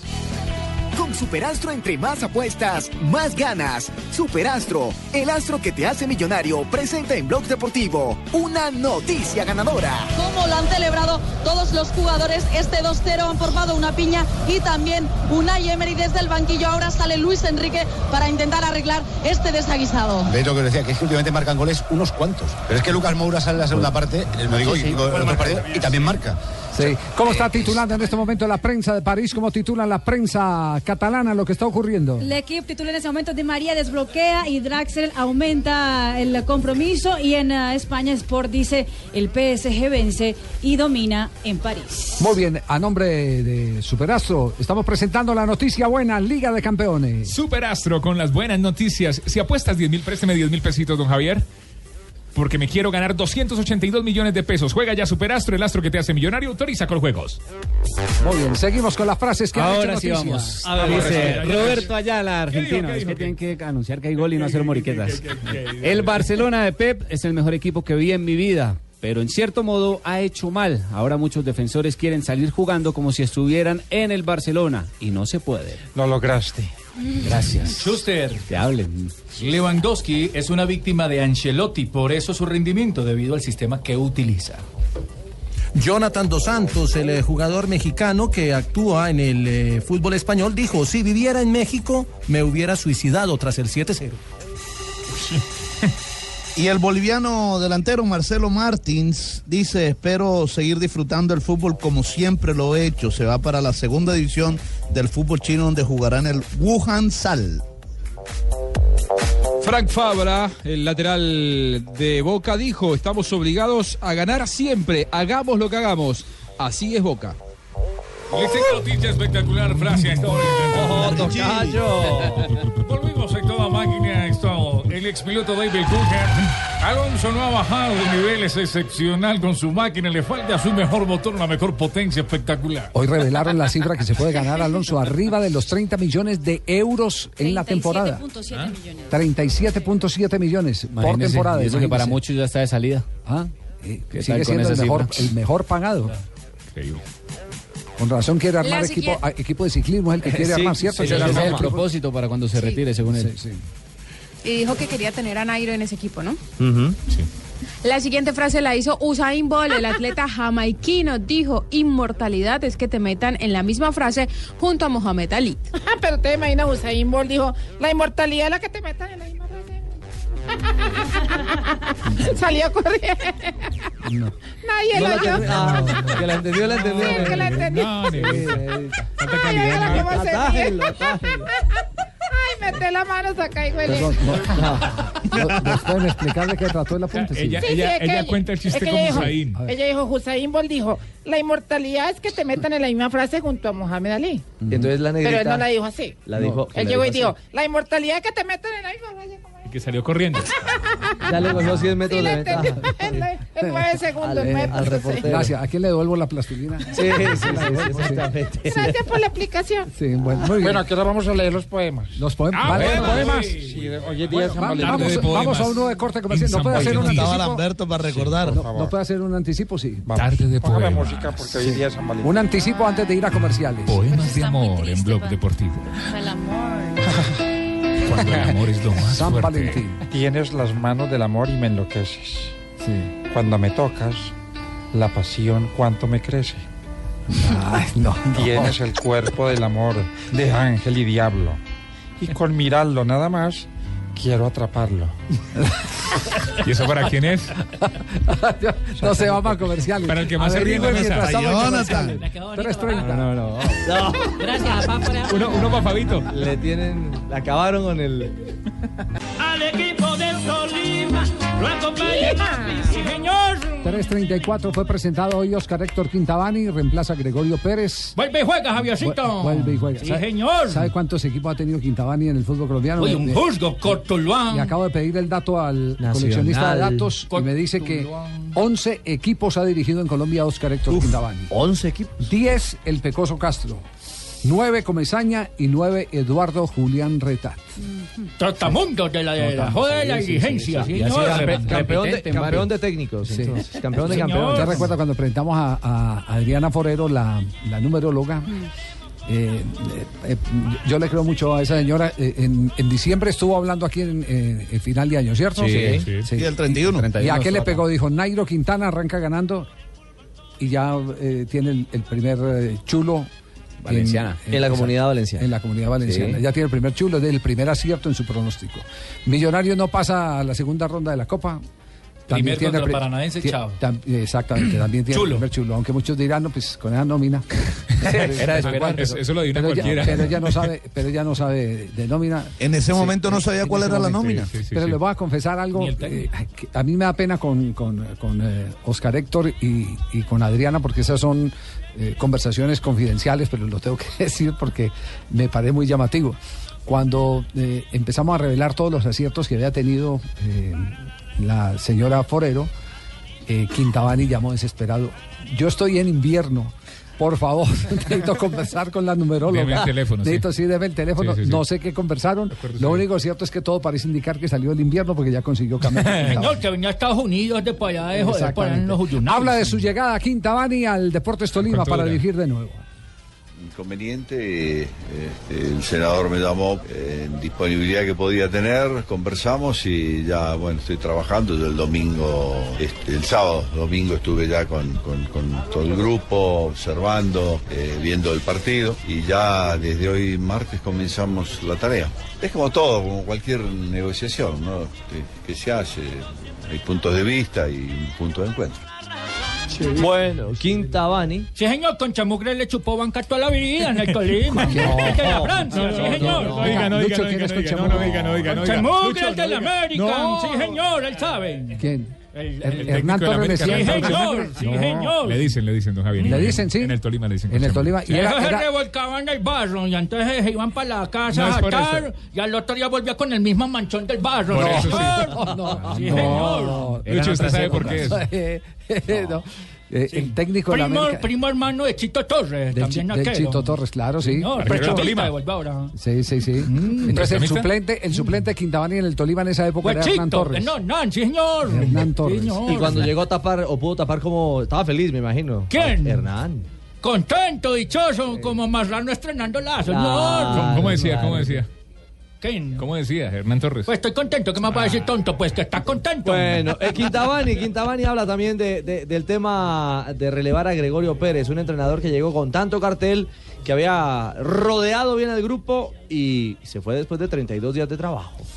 Speaker 27: Con Superastro entre más apuestas, más ganas. Superastro, el astro que te hace millonario, presenta en Blog Deportivo una noticia ganadora.
Speaker 22: Como lo han celebrado todos los jugadores, este 2-0 han formado una piña y también Unai Emery desde el banquillo. Ahora sale Luis Enrique para intentar arreglar este desaguisado.
Speaker 28: ¿Veis lo que os decía? Que es que últimamente marcan goles unos cuantos. Pero es que Lucas Moura sale en la segunda parte, eh, no digo,
Speaker 6: Sí, sí.
Speaker 28: digo, en otro partido, y también marca.
Speaker 6: Sí. ¿Cómo está titulando en este momento la prensa de París? ¿Cómo titula la prensa catalana lo que está ocurriendo?
Speaker 8: El equipo titula en ese momento Di María desbloquea y Draxler aumenta el compromiso y en eh, España Sport dice el PSG vence y domina en París.
Speaker 6: Muy bien, a nombre de Superastro estamos presentando la noticia buena, Liga de Campeones.
Speaker 12: Superastro con las buenas noticias. Si apuestas 10 mil, présteme 10 mil pesitos, don Javier. Porque me quiero ganar 282 millones de pesos. Juega ya Superastro, el astro que te hace millonario, autoriza Coljuegos.
Speaker 6: Muy bien, seguimos con las frases que han
Speaker 20: Ahora
Speaker 6: hecho
Speaker 20: sí
Speaker 6: noticia.
Speaker 20: vamos.
Speaker 12: A ver,
Speaker 20: Dice
Speaker 12: Roberto,
Speaker 20: Roberto Ayala, argentino. Es que tienen que anunciar que hay gol y no hacer moriquetas. El Barcelona de Pep es el mejor equipo que vi en mi vida, pero en cierto modo ha hecho mal. Ahora muchos defensores quieren salir jugando como si estuvieran en el Barcelona y no se puede.
Speaker 17: Lo lograste.
Speaker 20: Gracias.
Speaker 2: Schuster.
Speaker 20: Te hablen.
Speaker 2: Lewandowski es una víctima de Ancelotti, por eso su rendimiento debido al sistema que utiliza.
Speaker 11: Jonathan Dos Santos, el eh, jugador mexicano que actúa en el eh, fútbol español, dijo, si viviera en México, me hubiera suicidado tras el 7-0.
Speaker 15: Y el boliviano delantero Marcelo Martins dice, espero seguir disfrutando el fútbol como siempre lo he hecho. Se va para la segunda división del fútbol chino donde jugará en el Wuhan Sal.
Speaker 10: Frank Fabra, el lateral de Boca, dijo, estamos obligados a ganar siempre, hagamos lo que hagamos. Así es Boca.
Speaker 23: Les tengo noticia espectacular, frase a esta hora. ¡Ojo, Volvimos a toda máquina a esto. El expiloto David Cooper. Alonso no ha bajado de niveles excepcional con su máquina. Le falta su mejor motor, una mejor potencia espectacular.
Speaker 6: Hoy revelaron la cifra que se puede ganar Alonso arriba de los 30 millones de euros en la temporada.
Speaker 8: 37.7 millones.
Speaker 6: 37.7 millones por
Speaker 20: Imagínese,
Speaker 6: temporada.
Speaker 20: y eso que para
Speaker 6: imagínese.
Speaker 20: muchos ya está de salida.
Speaker 6: Ah, ¿Qué
Speaker 20: tal
Speaker 6: sigue
Speaker 20: con
Speaker 6: siendo el
Speaker 20: esa
Speaker 6: mejor,
Speaker 20: cifra?
Speaker 6: el mejor pagado.
Speaker 12: Increíble.
Speaker 6: Con razón quiere armar
Speaker 14: La
Speaker 6: equipo,
Speaker 14: siguiente-
Speaker 6: ah, equipo de ciclismo, es el que quiere armar, ¿cierto?
Speaker 20: Ese es el propósito para cuando se retire, según él.
Speaker 14: Y dijo que quería tener a Nairo en ese equipo, ¿no? La siguiente frase la hizo Usain Bolt, el atleta jamaiquino. Dijo, inmortalidad es que te metan en la misma frase junto a Mohamed Ali.
Speaker 9: Ah, Pero te imaginas, Usain Bolt dijo, la inmortalidad es la que te metas en la misma frase". Salió corriendo. Nadie
Speaker 4: No
Speaker 9: lo
Speaker 4: la
Speaker 9: oyó.
Speaker 4: entendí. Ah, que la entendió, la entendió.
Speaker 9: Sí, que la entendió.
Speaker 4: No, ni- Tanta
Speaker 9: Ay, oiga la
Speaker 4: calidad,
Speaker 9: que
Speaker 4: ¿no?
Speaker 9: va a ser.
Speaker 4: Atájelo,
Speaker 9: Ay, meté la mano, saca y huele.
Speaker 6: Perdón, no, no, ¿nos pueden explicar de qué trató el apunte? Sí.
Speaker 12: Ella,
Speaker 9: Sí, sí,
Speaker 12: ella-
Speaker 9: es que
Speaker 12: ella
Speaker 9: ella-
Speaker 12: cuenta el
Speaker 9: es
Speaker 12: chiste
Speaker 9: que
Speaker 12: como
Speaker 9: ella dijo-
Speaker 12: Usain.
Speaker 9: Ella dijo, Usain Bolt dijo, la inmortalidad es que te metan en la misma frase junto a Mohamed Ali.
Speaker 4: Y Entonces la negrita.
Speaker 9: Pero él no la dijo así.
Speaker 4: La dijo.
Speaker 9: Él
Speaker 4: la
Speaker 9: llegó y
Speaker 4: dijo
Speaker 9: dijo,
Speaker 4: así.
Speaker 9: la inmortalidad es que te metan en la misma frase.
Speaker 12: Y que salió corriendo.
Speaker 4: Ya le cogió 100 metros
Speaker 9: Sí,
Speaker 4: de
Speaker 9: la entendí.
Speaker 4: ventaja.
Speaker 9: En la- en nueve segundos, en nueve punto seis.
Speaker 6: Gracias, ¿a quién le devuelvo la plastilina?
Speaker 4: Sí, sí, sí, sí, exactamente.
Speaker 9: Gracias por la explicación.
Speaker 6: Sí, bueno, muy bien.
Speaker 7: Bueno, aquí ahora vamos a leer los poemas.
Speaker 6: Los poemas.
Speaker 7: Ah,
Speaker 6: Vale,
Speaker 7: bueno,
Speaker 6: vale.
Speaker 7: poemas. Sí, hoy es día de San
Speaker 6: Bueno,
Speaker 7: Valentín.
Speaker 6: va- vamos, vamos a uno de corte comercial. No puede hacer un
Speaker 3: Estaba
Speaker 6: anticipo.
Speaker 3: Lamberto para recordar.
Speaker 6: No, no puede hacer un anticipo, sí.
Speaker 12: Tarde de
Speaker 7: Póngame
Speaker 12: poemas.
Speaker 7: música porque hoy día es San Valentín.
Speaker 6: Un anticipo antes de ir a comerciales.
Speaker 12: Poemas de amor en Blog Deportivo.
Speaker 14: El
Speaker 12: Cuando el amor es lo más
Speaker 7: San
Speaker 12: fuerte.
Speaker 7: Tienes las manos del amor y me enloqueces. Cuando me tocas, la pasión cuánto me crece. Tienes el cuerpo del amor de ángel y diablo. Y con mirarlo nada más, quiero atraparlo.
Speaker 12: ¿Y eso para quién es?
Speaker 6: No se vamos a comerciales.
Speaker 12: Para el que más se ríe en la
Speaker 6: Averigüe
Speaker 12: mesa.
Speaker 6: mientras estamos en comerciales.
Speaker 12: No, no, no.
Speaker 18: Gracias, papá.
Speaker 12: Uno, uno para Fabito.
Speaker 4: Le tienen. La acabaron con el.
Speaker 18: Al equipo del Tolima lo acompaña. Sí, señor.
Speaker 6: 334 fue presentado hoy Oscar Héctor Quintabani, reemplaza a Gregorio Pérez.
Speaker 18: Vuelve y juega, Javiercito.
Speaker 6: Vu- Vuelve y juega.
Speaker 18: Sí,
Speaker 6: ¿Sabe-
Speaker 18: señor.
Speaker 6: ¿Sabe cuántos equipos ha tenido Quintabani en el fútbol colombiano?
Speaker 18: Oye,
Speaker 6: Le-
Speaker 18: un
Speaker 6: le-
Speaker 18: juzgo, Cortuluán.
Speaker 6: Le acabo de pedir el dato al coleccionista de datos y me dice que 11 equipos ha dirigido en Colombia Oscar Héctor Quintabani.
Speaker 4: 11 equipos.
Speaker 6: 10 el Pecoso Castro, 9 Comesaña y 9 Eduardo Julián Retat.
Speaker 18: Trotamundo de la, de la joda de la diligencia.
Speaker 4: Y así
Speaker 18: señor.
Speaker 4: era,
Speaker 18: Re-
Speaker 4: campeón, de,
Speaker 18: repetente,
Speaker 4: campeón
Speaker 18: Mario.
Speaker 4: de técnicos.
Speaker 6: Sí.
Speaker 4: entonces, Pues, campeón de
Speaker 18: Señor.
Speaker 4: campeones.
Speaker 6: Yo recuerdo cuando presentamos a, a Adriana Forero, la, la numeróloga.
Speaker 4: Mm.
Speaker 6: eh, eh, eh, yo le creo mucho a esa señora. eh, en, en diciembre estuvo hablando aquí en, eh, en final de año, ¿cierto?
Speaker 3: Sí, sí. Sí, el 31.
Speaker 6: ¿Y a qué le
Speaker 3: claro.
Speaker 6: pegó? Dijo, Nairo Quintana arranca ganando y ya eh, tiene el, el primer eh, chulo. en-
Speaker 4: Valenciana. En la comunidad
Speaker 6: exacto,
Speaker 4: valenciana.
Speaker 6: En la comunidad valenciana.
Speaker 4: Sí.
Speaker 6: Ya tiene el primer chulo, el primer acierto en su pronóstico. Millonario no pasa a la segunda ronda de la Copa.
Speaker 18: Primer contra
Speaker 6: pri-
Speaker 18: el Paranaense,
Speaker 6: ti-
Speaker 18: chao.
Speaker 6: tam- eh, exactamente, también tiene
Speaker 18: Chulo.
Speaker 6: el primer chulo. Aunque muchos dirán, no, pues con esa nómina.
Speaker 12: Era de esperar.
Speaker 6: Pero-
Speaker 12: Eso- eso lo adivina
Speaker 6: pero ya-
Speaker 12: cualquiera.
Speaker 6: pero ya no sabe, pero ya no sabe de nómina.
Speaker 3: En ese momento no sabía
Speaker 6: en
Speaker 3: cuál
Speaker 6: ese
Speaker 3: era la
Speaker 6: momento.
Speaker 3: nómina.
Speaker 12: Sí, sí, sí,
Speaker 6: pero
Speaker 12: sí.
Speaker 6: les voy a confesar algo. eh, que a mí me da pena con, con, con, eh, Oscar Héctor y, y con Adriana, porque esas son eh, conversaciones confidenciales, pero lo tengo que decir porque me parece muy llamativo. Cuando eh, empezamos a revelar todos los aciertos que había tenido eh, la señora Forero, eh, Quintabani llamó desesperado. Yo estoy en invierno. Por favor, necesito conversar con la numeróloga.
Speaker 12: Deme el teléfono, sí.
Speaker 6: Necesito, sí, deme el teléfono.
Speaker 12: Sí, sí, sí.
Speaker 6: No sé qué conversaron. Lo único cierto es que todo parece indicar que salió el invierno porque ya consiguió camino.
Speaker 18: Señor, que venía a Estados Unidos de para allá de joder, para allá en los Uyunales.
Speaker 6: Habla de su llegada a Quintabani al Deportes Tolima
Speaker 18: ¿Cuánto
Speaker 6: para
Speaker 18: dura?
Speaker 6: dirigir de nuevo.
Speaker 19: inconveniente, eh, eh, el senador me llamó eh, en disponibilidad que podía tener, conversamos y ya, bueno, estoy trabajando, yo el domingo, este, el sábado, domingo estuve ya con, con- con todo el grupo, observando, eh, viendo el partido y ya desde hoy martes comenzamos la tarea. Es como todo, como cualquier negociación, ¿no? Este, Que, que se hace, hay puntos de vista y un punto de encuentro.
Speaker 4: Bueno, Quintabani.
Speaker 18: Sí, señor, con Chamugre le chupó banca toda la vida en el Tolima.
Speaker 4: No.
Speaker 18: Es de la Francia,
Speaker 12: No, no,
Speaker 18: sí,
Speaker 12: no,
Speaker 18: señor.
Speaker 12: no, no. Diga, no, diga,
Speaker 18: Lucho,
Speaker 12: no,
Speaker 18: ¿quién
Speaker 12: diga,
Speaker 18: es
Speaker 12: no diga,
Speaker 18: Chamugre?
Speaker 12: no, no diga, no diga, no diga.
Speaker 18: Chamugre,
Speaker 12: Lucho,
Speaker 18: el de la
Speaker 12: no diga.
Speaker 18: América.
Speaker 12: No.
Speaker 18: Sí, señor, él sabe.
Speaker 6: ¿Quién?
Speaker 18: El,
Speaker 6: el
Speaker 12: Hernán
Speaker 18: Er- Torres Sí, señor, sí, señor.
Speaker 12: Le dicen, le dicen, don Javier.
Speaker 6: Le dicen, sí.
Speaker 12: En el Tolima le dicen.
Speaker 6: En el Tolima.
Speaker 12: Sí.
Speaker 6: Ah, Y era-
Speaker 18: Ellos se
Speaker 6: era-
Speaker 18: revolcaban en el barro y entonces eh, se iban para la
Speaker 12: No,
Speaker 18: casa
Speaker 12: es
Speaker 18: a
Speaker 12: por
Speaker 18: jatar
Speaker 12: eso.
Speaker 18: y al otro día volvía con el mismo manchón del barro.
Speaker 12: Por
Speaker 18: ¿no?
Speaker 12: eso sí. Ah,
Speaker 18: Señor. Sí, señor.
Speaker 12: Lucho, ¿usted sabe por qué es?
Speaker 6: Eh, eh, no. Eh, El técnico de la
Speaker 18: Primo,
Speaker 6: América.
Speaker 18: primo hermano de Chito Torres,
Speaker 6: Del,
Speaker 18: también
Speaker 6: Chi- del
Speaker 18: aquel.
Speaker 6: Chito Torres, claro, sí.
Speaker 18: No,
Speaker 6: Perfecto.
Speaker 18: el Tolima de Volvaura.
Speaker 6: Sí, sí, sí. Entonces
Speaker 18: Mm,
Speaker 6: el
Speaker 18: ¿Prestamista?
Speaker 6: suplente, el suplente de Quintabani en el Tolima en esa época
Speaker 18: Fue
Speaker 6: era Hernán
Speaker 18: Chito,
Speaker 6: Torres.
Speaker 18: no, no, sí, señor.
Speaker 6: Hernán Torres.
Speaker 18: Señor.
Speaker 4: Y cuando llegó a tapar, o pudo tapar como. Estaba feliz, me imagino.
Speaker 18: ¿Quién?
Speaker 4: Hernán.
Speaker 18: Contento, dichoso, como Marrano estrenando lazos.
Speaker 12: ¿Cómo,
Speaker 18: no,
Speaker 12: cómo decía? ¿Cómo decía?
Speaker 18: ¿Quién?
Speaker 12: ¿Cómo decía Hernán Torres?
Speaker 18: Pues estoy contento, ¿qué más va a
Speaker 6: Ah.
Speaker 18: decir tonto? Pues que está contento.
Speaker 4: Bueno, eh, Quintabani, Quintabani habla también de- de- del tema de relevar a Gregorio Pérez, un entrenador que llegó con tanto cartel, que había rodeado bien al grupo y se fue después de 32 días de trabajo.
Speaker 19: Pues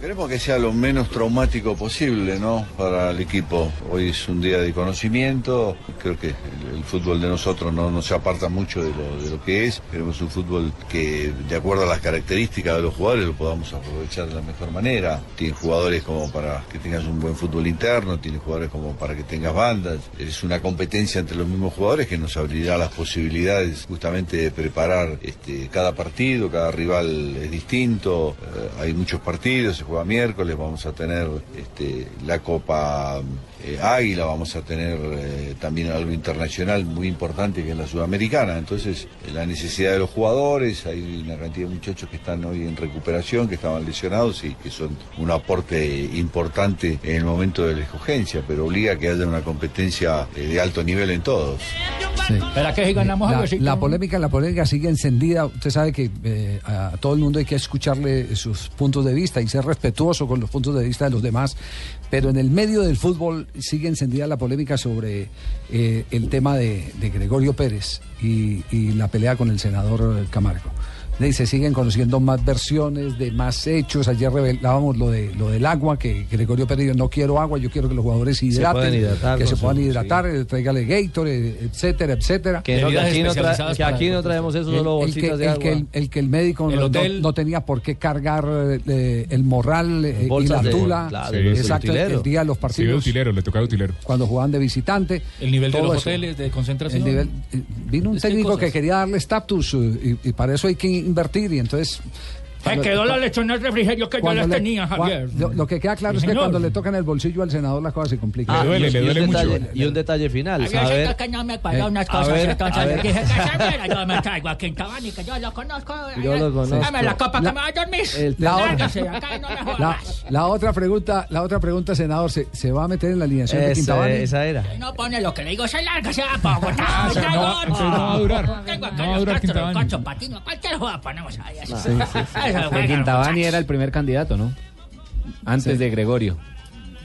Speaker 19: Queremos que sea lo menos traumático posible, ¿no? Para el equipo. Hoy es un día de conocimiento. Creo que el, el fútbol de nosotros no, no se aparta mucho de lo, de lo que es. Queremos un fútbol que, de acuerdo a las características de los jugadores, lo podamos aprovechar de la mejor manera. Tiene jugadores como para que tengas un buen fútbol interno, tiene jugadores como para que tengas bandas. Es una competencia entre los mismos jugadores que nos abrirá las posibilidades justamente de preparar este, cada partido, cada rival es distinto, eh, hay muchos partidos, se juega miércoles, vamos a tener este, la Copa eh, Águila, vamos a tener eh, también algo internacional muy importante que es la Sudamericana, entonces eh, la necesidad de los jugadores, hay una cantidad de muchachos que están hoy en recuperación, que estaban lesionados y que son un aporte importante en el momento de la escogencia, pero obliga a que haya una competencia eh, de alto nivel en todos.
Speaker 18: ¿Para qué si ganamos
Speaker 6: la,
Speaker 18: algo así?
Speaker 6: la polémica, la polémica sigue encendida. Usted sabe que eh, a todo el mundo hay que escucharle sus puntos de vista y ser respetuoso con los puntos de vista de los demás. Pero en el medio del fútbol sigue encendida la polémica sobre eh, el tema de, de Gregorio Pérez y, y la pelea con el senador eh, Camargo. Y se siguen conociendo más versiones de más hechos. Ayer revelábamos lo, de, lo del agua, que Gregorio Pérez dijo, no quiero agua, yo quiero que los jugadores
Speaker 4: Se puedan
Speaker 6: hidraten,
Speaker 4: hidratar
Speaker 6: que
Speaker 4: con
Speaker 6: se
Speaker 4: su-
Speaker 6: puedan hidratar, eh, tráigale Gator, etcétera, etcétera.
Speaker 4: Que no- que aquí no tra- que aquí no traemos eso,
Speaker 6: El-
Speaker 4: solo
Speaker 6: el que,
Speaker 4: bolsitas de
Speaker 6: el que
Speaker 4: agua.
Speaker 6: el- el que el médico
Speaker 4: El
Speaker 6: no,
Speaker 4: hotel.
Speaker 6: no tenía por qué cargar eh, el morral eh, y
Speaker 12: Bolsas
Speaker 6: la
Speaker 12: de-
Speaker 6: tula.
Speaker 12: claro,
Speaker 6: Sí,
Speaker 12: el
Speaker 6: exacto, el,
Speaker 12: utilero.
Speaker 6: día de los
Speaker 12: Sí, de
Speaker 6: partidos.
Speaker 12: utilero, le tocaba de utilero.
Speaker 6: cuando jugaban de visitante.
Speaker 12: El nivel de
Speaker 6: todo
Speaker 12: los
Speaker 6: eso.
Speaker 12: hoteles, de
Speaker 6: El
Speaker 12: concentración.
Speaker 6: nivel- eh, vino un técnico que quería darle estatus eh, y, y para eso hay que invertir y entonces...
Speaker 18: Se
Speaker 6: cuando-
Speaker 18: quedó la
Speaker 6: cua-
Speaker 18: lechona del refrigerio que yo
Speaker 6: cuando
Speaker 18: las
Speaker 6: le-
Speaker 18: tenía,
Speaker 6: cua-
Speaker 18: Javier.
Speaker 6: Lo, lo que queda claro
Speaker 18: Sí,
Speaker 6: es que
Speaker 18: señor.
Speaker 6: cuando le tocan el bolsillo al senador la cosa se
Speaker 18: Ah,
Speaker 6: complica.
Speaker 4: Ah, y- y un detalle- Y un detalle final.
Speaker 18: Había
Speaker 4: A
Speaker 18: gente
Speaker 4: ver,
Speaker 18: que no me pagó
Speaker 4: Eh,
Speaker 18: unas
Speaker 4: a
Speaker 18: cosas,
Speaker 4: ver,
Speaker 18: entonces
Speaker 4: a
Speaker 18: le
Speaker 4: ver.
Speaker 18: dije, "Esa mierda yo me traigo a Quintabani, que yo lo conozco.
Speaker 4: Yo
Speaker 18: allá.
Speaker 4: lo conozco.
Speaker 18: Dame la
Speaker 6: La-
Speaker 18: copa que me va a dormir.
Speaker 6: el- la otra.
Speaker 18: Lárguese, acá no me jodas.
Speaker 6: La, la otra pregunta, la otra pregunta, senador, ¿se, se va a meter en la alineación de
Speaker 4: Ese-
Speaker 6: Quintabani?
Speaker 4: esa era.
Speaker 18: No pone lo que le digo, se larga, se va a Bogotá.
Speaker 6: se-
Speaker 18: se
Speaker 6: no
Speaker 18: va
Speaker 6: va- se no va a durar.
Speaker 18: Tengo
Speaker 6: No va a durar
Speaker 18: a Carlos Castro,
Speaker 6: Quintabani.
Speaker 18: Cacho Patino, cualquier juego ponemos ahí. así.
Speaker 20: Sí, sí, sí.
Speaker 18: Eso es
Speaker 20: Pero
Speaker 18: bueno,
Speaker 20: Quintabani era el primer candidato, ¿no? Antes de Gregorio.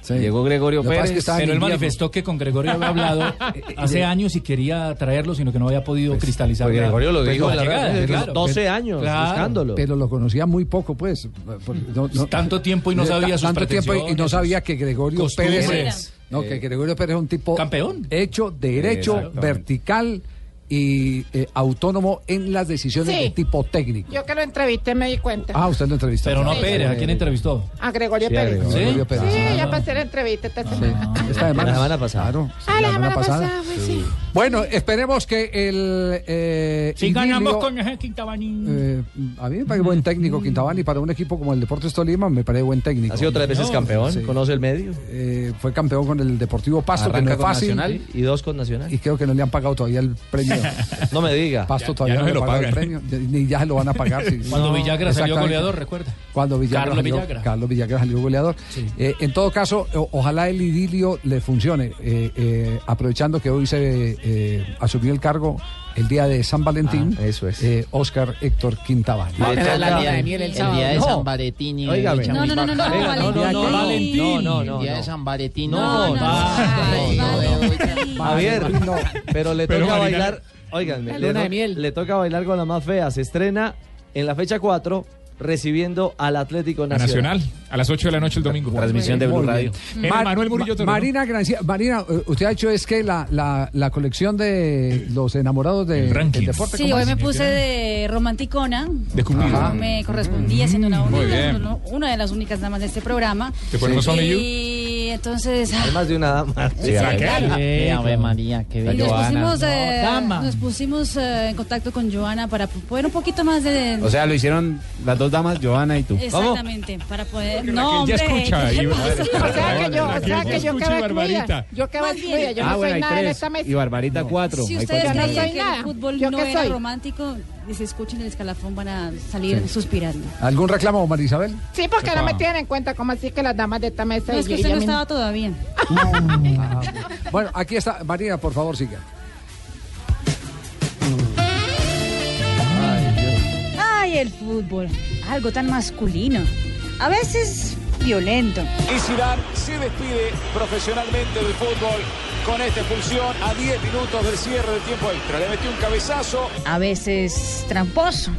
Speaker 20: Llegó Gregorio
Speaker 2: Lo que pasa es que
Speaker 20: Pérez.
Speaker 2: estaba en Pero él invierno. manifestó que con Gregorio había hablado
Speaker 20: Ah, eh,
Speaker 2: hace años y quería traerlo, sino que no había podido cristalizar.
Speaker 4: pues
Speaker 2: la-
Speaker 4: Gregorio lo
Speaker 2: pues
Speaker 4: dijo
Speaker 2: la
Speaker 4: en la
Speaker 2: llegada,
Speaker 4: radio,
Speaker 2: claro.
Speaker 4: 12 años
Speaker 2: Claro.
Speaker 4: buscándolo.
Speaker 6: Pero lo conocía muy poco, pues. porque no- no-
Speaker 2: Tanto tiempo y no
Speaker 6: Ta-
Speaker 2: sabía sus
Speaker 6: Tanto tiempo y- y no
Speaker 2: pretensiones,
Speaker 6: sabía que Gregorio
Speaker 2: costumbres.
Speaker 6: Pérez. No, que
Speaker 2: Eh,
Speaker 6: Gregorio Pérez es un tipo.
Speaker 2: campeón.
Speaker 6: Hecho, derecho,
Speaker 2: Exactamente.
Speaker 6: vertical y eh, autónomo en las decisiones
Speaker 16: Sí.
Speaker 6: de tipo técnico.
Speaker 16: Yo que lo entrevisté me di cuenta.
Speaker 6: Ah, usted lo entrevistó.
Speaker 2: Pero no a
Speaker 6: Sí.
Speaker 2: Pérez, ¿a quién entrevistó?
Speaker 16: A Gregorio
Speaker 6: Sí, a
Speaker 16: Pérez.
Speaker 6: Gregorio. Gregorio Pérez.
Speaker 16: Sí,
Speaker 6: Ah,
Speaker 16: ya pasé la entrevista esta semana.
Speaker 6: Esta semana.
Speaker 4: La semana
Speaker 6: pasada.
Speaker 16: Ah, la semana pasada, pues, sí.
Speaker 6: Bueno, esperemos que el. eh,
Speaker 18: Si ganamos
Speaker 6: idilio-
Speaker 18: con ese Quintabani.
Speaker 6: Eh, a mí me parece buen
Speaker 16: Mm.
Speaker 6: técnico Quintabani para un equipo como el Deportes Tolima me parece buen técnico.
Speaker 4: Ha sido tres veces campeón, conoce el medio.
Speaker 6: Eh, fue campeón con el Deportivo Pasto, que no
Speaker 4: Arranca
Speaker 6: es
Speaker 4: con
Speaker 6: fácil.
Speaker 4: Nacional y dos con Nacional.
Speaker 6: Y creo que no le han pagado todavía el premio.
Speaker 4: No me diga.
Speaker 6: Pasto
Speaker 4: Ya-
Speaker 6: todavía
Speaker 4: ya
Speaker 6: no,
Speaker 4: no
Speaker 6: le
Speaker 4: se lo
Speaker 6: ha pagado el premio,
Speaker 4: pagan.
Speaker 6: ya- ni ya lo van a pagar. sí.
Speaker 2: Cuando
Speaker 6: No,
Speaker 2: Villagra salió
Speaker 6: exactamente.
Speaker 2: goleador, recuerda.
Speaker 6: Cuando Villagra
Speaker 2: Carlos
Speaker 6: salió-
Speaker 2: Villagra.
Speaker 6: Carlos Villagra salió goleador. Eh, en todo caso, o- ojalá el idilio le funcione. Eh, eh, aprovechando que hoy se eh, asumió el cargo el día de San Valentín,
Speaker 16: Ah,
Speaker 6: eso es. Oscar Héctor Quintabani.
Speaker 3: Ah,
Speaker 16: Vamos a tener la luna de miel el sábado. El día de San Valentini.
Speaker 6: Óigame.
Speaker 16: No, no, no, no, no,
Speaker 4: Venga, no, no, no, Valentín. No, no, no,
Speaker 16: El día de
Speaker 4: no.
Speaker 16: San Valentini.
Speaker 4: No, no, Javier, pero le
Speaker 16: Pero
Speaker 4: toca
Speaker 16: Marina-
Speaker 4: bailar. Óiganme,
Speaker 16: La
Speaker 4: le,
Speaker 16: luna
Speaker 4: to-
Speaker 16: de miel.
Speaker 4: le toca bailar con la más fea. Se estrena en la fecha 4 recibiendo al Atlético
Speaker 12: A
Speaker 4: Nacional.
Speaker 12: Nacional, a las 8 de la noche el domingo.
Speaker 4: Transmisión de Blue
Speaker 12: Muy bien.
Speaker 4: Radio.
Speaker 12: En
Speaker 6: Mar-
Speaker 12: Manuel Murillo
Speaker 6: Ma-
Speaker 12: Toro, ¿no?
Speaker 6: Marina Grancia, Marina, eh, usted ha hecho es que la, la, la colección de los enamorados de- del deporte.
Speaker 8: Sí,
Speaker 6: ¿cómo
Speaker 8: hoy
Speaker 6: es?
Speaker 8: me puse de romanticona.
Speaker 6: De Cupido.
Speaker 8: Como Me correspondía siendo una,
Speaker 6: Muy
Speaker 8: única,
Speaker 6: bien.
Speaker 8: no, una de las únicas damas de este programa.
Speaker 6: ¿Te ponemos
Speaker 8: y
Speaker 6: Only You?
Speaker 9: entonces. ah,
Speaker 4: Hay más de una dama.
Speaker 9: Sí, ¿a qué?
Speaker 3: Sí, Ave María, qué
Speaker 9: Y
Speaker 3: bien.
Speaker 9: nos pusimos, eh,
Speaker 3: dama.
Speaker 9: nos pusimos eh, en contacto con Joana para poder un poquito más de...
Speaker 20: eh, O sea, lo hicieron las dos damas, Joana y tú.
Speaker 9: Exactamente, para poder...
Speaker 20: Raquel
Speaker 9: No,
Speaker 20: ya
Speaker 9: hombre.
Speaker 20: escucha
Speaker 9: ¿qué
Speaker 20: ahí,
Speaker 9: pasa?
Speaker 20: Barbarita.
Speaker 3: O sea que yo, o sea que yo
Speaker 20: Escuche,
Speaker 3: quedé
Speaker 20: Barbarita.
Speaker 3: excluida. Yo quedé excluida, yo
Speaker 20: ah,
Speaker 3: no
Speaker 20: bueno,
Speaker 3: soy
Speaker 20: hay
Speaker 3: nada en
Speaker 20: tres.
Speaker 3: esta mesa.
Speaker 20: Y Barbarita, cuatro.
Speaker 9: Si
Speaker 20: Hay
Speaker 9: ustedes
Speaker 20: cuatro.
Speaker 9: creían
Speaker 3: soy
Speaker 9: que
Speaker 3: nada.
Speaker 9: el fútbol
Speaker 3: ¿Yo
Speaker 9: no
Speaker 3: qué
Speaker 9: era
Speaker 3: soy?
Speaker 9: romántico, se escuchen el escalafón, van a salir
Speaker 6: Sí.
Speaker 9: suspirando.
Speaker 6: ¿Algún reclamo, Marisabel?
Speaker 3: Sí, porque no
Speaker 6: Epa.
Speaker 3: me tienen en cuenta como así que las damas de esta mesa.
Speaker 9: No, es
Speaker 3: y
Speaker 9: que
Speaker 3: ella
Speaker 9: usted no
Speaker 3: misma.
Speaker 9: estaba todavía.
Speaker 6: Mm. Bueno, aquí está. Marina, por favor, siga.
Speaker 8: Ay, el fútbol, algo tan masculino, a veces violento.
Speaker 2: Y Zidane se despide profesionalmente del fútbol con esta expulsión a 10 minutos del cierre del tiempo extra. Le metió un cabezazo.
Speaker 8: A veces tramposo.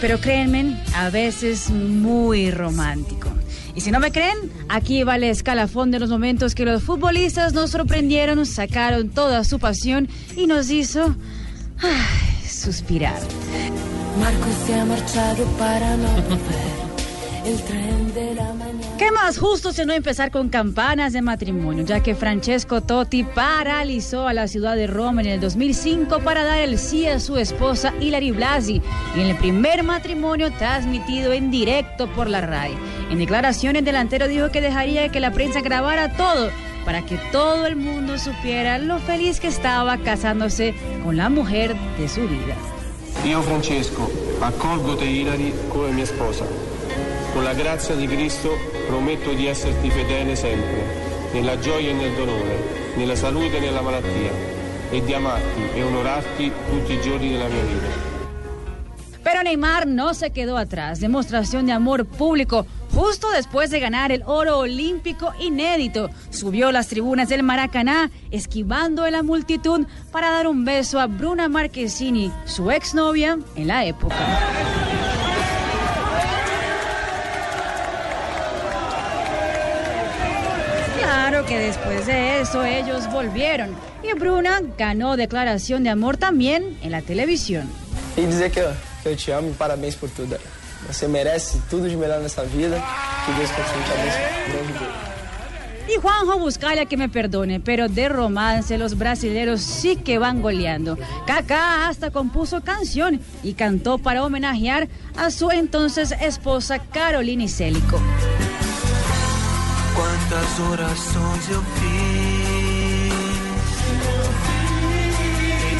Speaker 8: Pero créanme, a veces muy romántico. Y si no me creen, aquí va el escalafón de los momentos que los futbolistas nos sorprendieron, sacaron toda su pasión y nos hizo ay, suspirar.
Speaker 14: Marco se ha marchado para no volver. El tren de la mañana.
Speaker 8: ¿Qué más justo si no empezar con campanas de matrimonio? Ya que Francesco Totti paralizó a la ciudad de Roma en el 2005 para dar el sí a su esposa Hilary Blasi en el primer matrimonio transmitido en directo por la RAI. En declaraciones, el delantero dijo que dejaría que la prensa grabara todo para que todo el mundo supiera lo feliz que estaba casándose con la mujer de su vida.
Speaker 25: Io Francesco accolgo te Ilari come mia sposa. Con la grazia di Cristo prometto di esserti fedele sempre, nella gioia e nel dolore, nella salute e nella malattia, e di amarti e onorarti tutti i giorni della mia vita.
Speaker 8: Pero Neymar no se quedó atrás. Demostración de amor público. Justo después de ganar el oro olímpico inédito, subió las tribunas del Maracaná, esquivando a la multitud para dar un beso a Bruna Marquezini, su exnovia en la época. Claro que después de eso ellos volvieron y Bruna ganó declaración de amor también en la televisión.
Speaker 16: E dizer que eu, que eu te amo e parabéns por tudo. Você merece tudo de melhor nessa vida. Que Deus continue te abençoando.
Speaker 8: Y Juanjo Buscalla que me perdone, pero de romance los brasileros sí que van goleando. Kaká hasta compuso canción y cantó para homenajear a su entonces esposa Carolina Célico.
Speaker 14: Quantas orações eu fiz,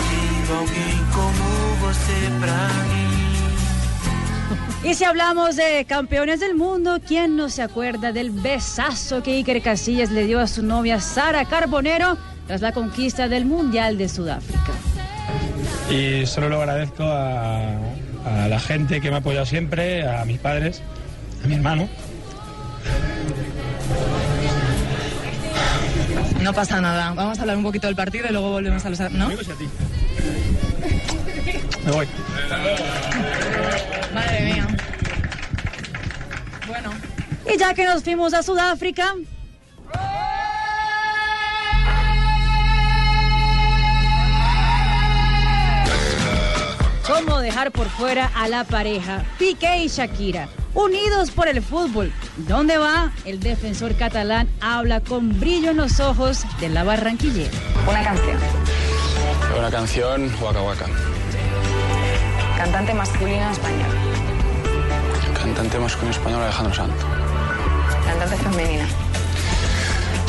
Speaker 14: pedindo alguém como você pra mim.
Speaker 8: Y si hablamos de campeones del mundo, ¿quién no se acuerda del besazo que Iker Casillas le dio a su novia Sara Carbonero tras la conquista del Mundial de Sudáfrica?
Speaker 13: y solo lo agradezco a, a la gente que me ha apoyado siempre, a mis padres, a mi hermano.
Speaker 22: No pasa nada. Vamos a hablar un poquito del partido y luego volvemos a los. ¿No?
Speaker 13: Me voy.
Speaker 22: Madre mía.
Speaker 8: Y ya que nos fuimos a Sudáfrica, ¿Cómo dejar por fuera a la pareja Piqué y Shakira? Unidos por el fútbol. ¿Dónde va? El defensor catalán habla con brillo en los ojos de la barranquillera. Una canción.
Speaker 16: Una canción, Waka Waka.
Speaker 22: Cantante masculino español.
Speaker 16: Cantante masculino español Alejandro Santo.
Speaker 22: Cantante femenina.